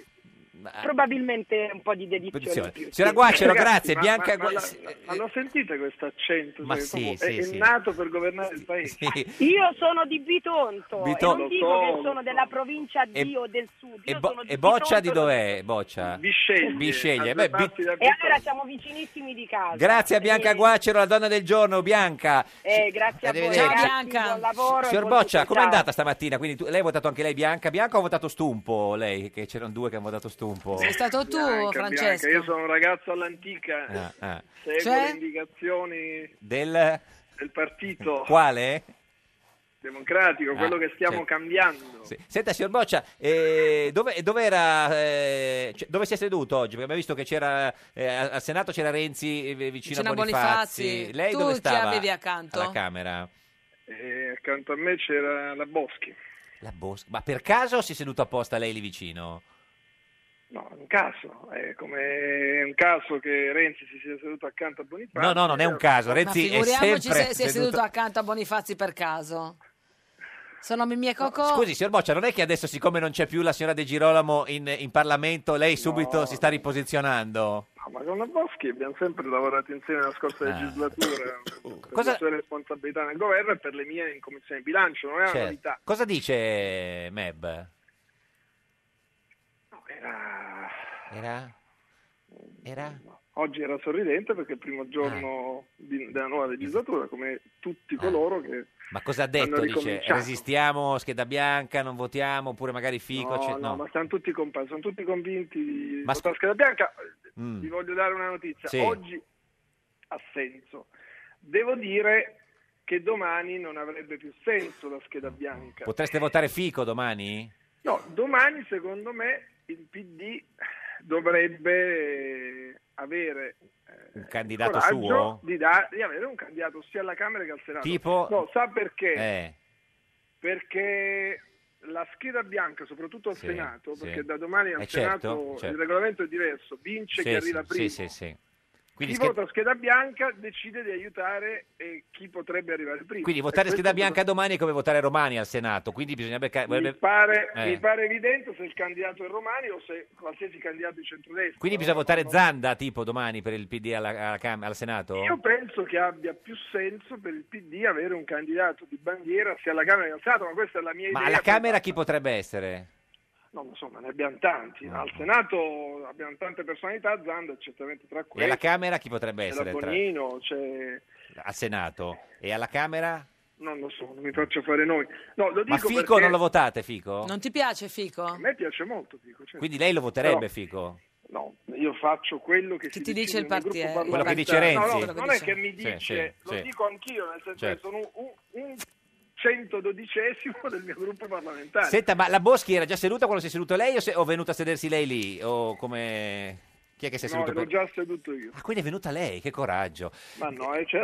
Probabilmente un po' di dedizione. Posizione. in più, Signora sì. Guacero, Ragazzi, grazie. ma- Bianca ma- ma- Guacero- ma- ma lo sentite questo accento? Ma Cioè, sì, proprio- sì, è, sì. è nato per governare il paese. Io sono di Bitonto, Bitonto. e non dico Lo so, che sono della provincia E- di o del sud, io E, Bo- sono di e Boccia di Bitonto, dov'è? Boccia? Bisceglie. Bisceglie. Beh, Bi- E allora siamo vicinissimi di casa. grazie a Bianca E- Guacero, la donna del giorno. Bianca. eh, grazie a voi, Arrivederci. ragazzi, Ciao, Bianca. buon lavoro. e Signor buon Boccia, tutto, com'è ciao. andata stamattina? Quindi tu- lei ha votato anche lei Bianca? Bianca o ha votato Stumpo? Lei, che c'erano due che hanno votato Stumpo. Sei stato tu, Bianca, Francesco. Bianca, io sono un ragazzo all'antica, Ah, ah. seguo Cioè? le indicazioni Del del partito quale? democratico, Ah, quello che stiamo certo. cambiando. Sì. Senta, signor Boccia, eh, dove, dov'era, eh, c- dove si è seduto oggi? Perché abbiamo visto che c'era eh, al Senato c'era Renzi eh, vicino Vicino a a Bonifazzi. Bonifazzi. Lei Tu dove chi stava? avevi accanto? Alla Camera. E accanto a me c'era la Boschi. La Boschi. Ma per caso si è seduto apposta lei lì vicino? No, è un caso, è come è un caso che Renzi si sia seduto accanto a Bonifazio. No, no, non è un caso. Ma Renzi è sempre figuriamoci se, se è seduto seduto- accanto a Bonifazzi per caso. Sono Mimì e Cocò. Scusi, signor Boccia, non è che adesso, siccome non c'è più la signora De Girolamo in, in Parlamento, lei subito si sta riposizionando? No, Ah, ma con la Boschi abbiamo sempre lavorato insieme nella scorsa Ah. legislatura per Cosa- le sue responsabilità nel governo e per le mie in commissione bilancio, non è una Certo. novità. Cosa dice Meb? Era- Era? Era? Eh. Oggi era sorridente perché è il primo giorno di- della nuova legislatura, come tutti coloro che... Ma cosa ha Hanno detto? Dice ricominciato. resistiamo, scheda bianca, non votiamo, oppure magari fico. no, cioè- no, no. ma stanno tutti, compa- sono tutti convinti di Ma votare scheda bianca. Mm. Vi voglio dare una notizia. Sì. Oggi ha senso. Devo dire che domani non avrebbe più senso la scheda bianca. Potreste votare Fico domani? No, domani secondo me il PD dovrebbe avere eh, Un candidato coraggio suo? Di, da- di avere un candidato sia alla Camera che al Senato. Tipo? No, sa perché? Eh, Perché la scheda bianca, soprattutto al Sì, Senato, sì. perché da domani al Eh, certo, Senato il certo. regolamento è diverso, vince chi sì, arriva sì, primo. sì, sì, sì. Chi Quindi, sched- vota scheda bianca decide di aiutare eh, chi potrebbe arrivare primo. quindi E votare questo scheda cosa- bianca domani è come votare Romani al Senato, quindi bisognerebbe... ca- Mi pare, Eh. mi pare evidente se il candidato è Romani o se qualsiasi candidato di centrodestra. Quindi bisogna votare Zanda tipo domani per il PD alla, alla Cam- al Senato? Io penso che abbia più senso per il PD avere un candidato di bandiera sia alla Camera che al Senato, ma questa è la mia Ma idea. alla Camera chi potrebbe essere? No, ma insomma, ne abbiamo tanti. Al Senato abbiamo tante personalità, Zanda è certamente tra E alla queste. Camera chi potrebbe C'è la essere? tra- Bonino, c'è... al Senato. E alla Camera? Non lo so, non mi faccio fare noi. No, lo Ma dico Fico perché non lo votate, Fico? Non ti piace Fico? A me piace molto Fico. certo. Quindi lei lo voterebbe, Però- Fico? No, io faccio quello che si ti dice il nel gruppo partiere, Quello che parlamentare. dice Renzi. No, no, non è che mi Sì, dice, sì, lo sì. dico anch'io, nel senso Certo. che sono un, un 112esimo del mio gruppo parlamentare. Senta, ma la Boschi era già seduta quando si è seduto lei o, se- o è venuta a sedersi lei lì? O come... Chi è che si è no, seduto? ero per- già seduto io. Ah, quindi è venuta lei, che coraggio. Ma no, eh, c'era,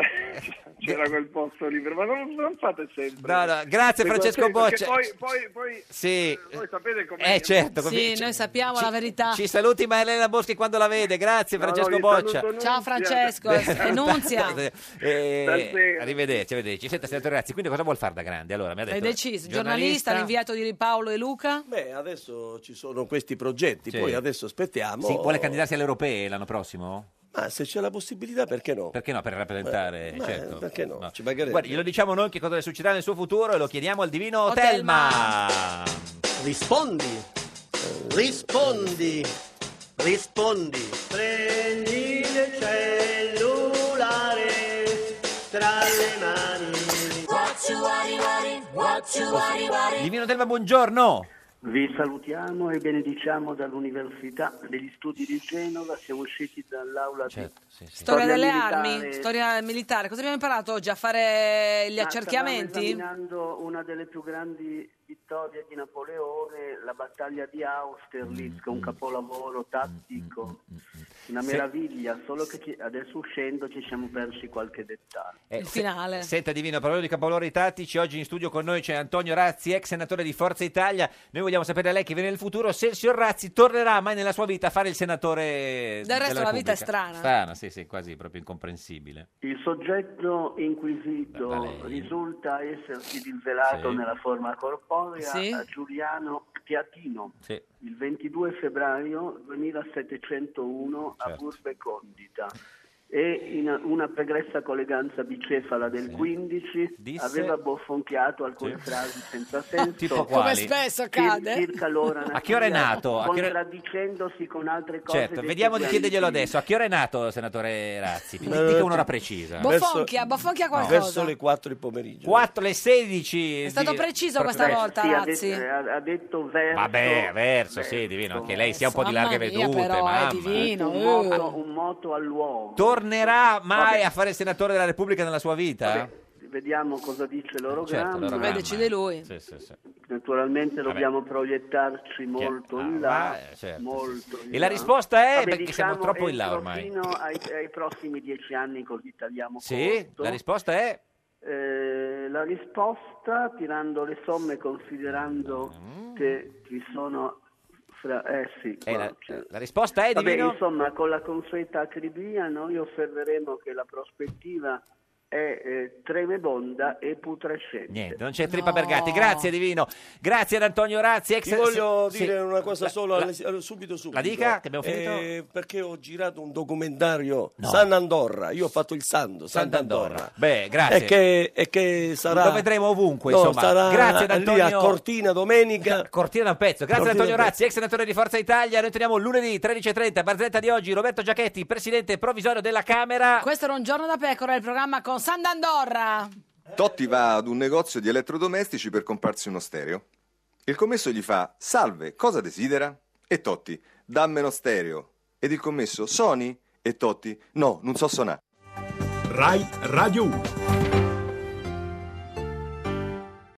c'era quel posto libero, ma non, non fate sempre. No, no, grazie, Le Francesco cortesie, Boccia. perché Poi, poi, poi Sì. voi sapete com'è. Eh, certo. Sì, come- noi sappiamo la verità. Ci saluti Marilena Boschi quando la vede. Grazie, No, no, Francesco vi saluto, Boccia. non- Ciao, Francesco, enunzia. Eh, Stasera. arrivederci, arrivederci. Senta, senatore Razzi, quindi cosa vuol fare da grande? Allora, mi ha detto, Hai deciso, giornalista, l'inviato di Paolo e Luca? Beh, Eh, adesso ci sono questi progetti, Sì. poi adesso aspettiamo. Sì, vuole candidarsi alle europee l'anno prossimo? Ma se c'è la possibilità, perché no? Perché no? Per rappresentare, Beh, ma certo. perché Eh, no? Ci mancherebbe. Guardi, glielo diciamo noi che cosa le succederà nel suo futuro e lo chiediamo al divino Telma. Rispondi, rispondi, rispondi. Prendi il cellulare tra le mani. Divino Telma, buongiorno. Vi salutiamo e benediciamo dall'Università degli Studi di Genova. Siamo usciti dall'aula Certo, di Storia delle militare. armi, storia militare. Cosa abbiamo imparato oggi? A fare gli Ah, stavamo accerchiamenti? esaminando una delle più grandi vittorie di Napoleone, la battaglia di Austerlitz, che è un capolavoro tattico, Mm, una Se- meraviglia, solo che ci- adesso uscendo ci siamo persi qualche dettaglio. il finale. Eh, senta Divino, parlando di capolavori tattici, oggi in studio con noi c'è Antonio Razzi, ex senatore di Forza Italia. Noi vogliamo sapere da lei che viene nel futuro se il signor Razzi tornerà mai nella sua vita a fare il senatore. Del resto della la Repubblica. vita è strana. Strana, sì, sì, quasi proprio incomprensibile. Il soggetto Da- da inquisito lei. risulta essersi disvelato Sì. nella forma corporea Sì. a Giuliano Teatino Sì. il 22 febbraio 2701 a Certo. Burbe Condita e in una pregressa colleganza bicefala del 15 Disse- aveva bofonchiato alcune Sì. frasi senza senso Tipo Come quali? spesso accade. circa l'ora A che ora è naturale, nato? A che ora- contraddicendosi con altre cose Certo, dette vediamo di dai chiederglielo antichi. adesso. A che ora è nato, senatore Razzi? Mi Dica un'ora precisa. Bofonchia, bofonchia qualcosa. Eh, Verso le 4 di pomeriggio. 4 le 16. È stato preciso questa Proprio- volta, sì, ha Razzi. detto- ha, ha detto verso Vabbè, verso, sì, divino, anche lei sia un po' di Verso, larghe mamma mia, vedute, però, eh, Uh, mamma. divino, Un eh. moto- un moto all'uomo. Tornerà mai Vabbè. a fare il senatore della Repubblica nella sua vita? Vediamo cosa dice l'orogramma. Eh, certo, l'orogramma. Poi decide lui. Sì, sì, sì. Naturalmente dobbiamo proiettarci molto in là. va, eh, certo, molto sì. in E la là. risposta è Vabbè, perché siamo diciamo troppo in là entro ormai. Fino ai, ai prossimi dieci anni così tagliamo Sì, corto. la risposta è Eh, la risposta, tirando le somme, considerando Mm. che ci sono... Fra... Eh eh, sì, qua la, c'è- la risposta è Vabbè, divino. insomma, con la consueta acribia noi osserveremo che la prospettiva è eh, tremebonda e putrescente. Niente, non c'è trippa per gatti. Grazie divino. Grazie ad Antonio Razzi, ex Ti voglio se- dire sì. una cosa La- solo, la- alle- subito subito. Eh, la dica, che abbiamo finito? perché ho girato un documentario San Andorra, io ho fatto il Sando, San Andorra. Beh, grazie. E che, e che sarà... Lo vedremo ovunque, No, insomma. sarà Grazie ad lì Antonio a Cortina domenica. Cortina da un pezzo. Grazie ad Cortina Antonio da un Razzi, ex senatore di Forza Italia. Noi teniamo lunedì 13.30, barzelletta di oggi, Roberto Giachetti, presidente provvisorio della Camera. Questo era un giorno da pecora, il programma con Sandandorra. Totti va ad un negozio di elettrodomestici per comprarsi uno stereo. Il commesso gli fa: Salve, cosa desidera? E Totti: Dammelo stereo. Ed il commesso: Sony? E Totti: No, non so suonare. Rai Radio 1.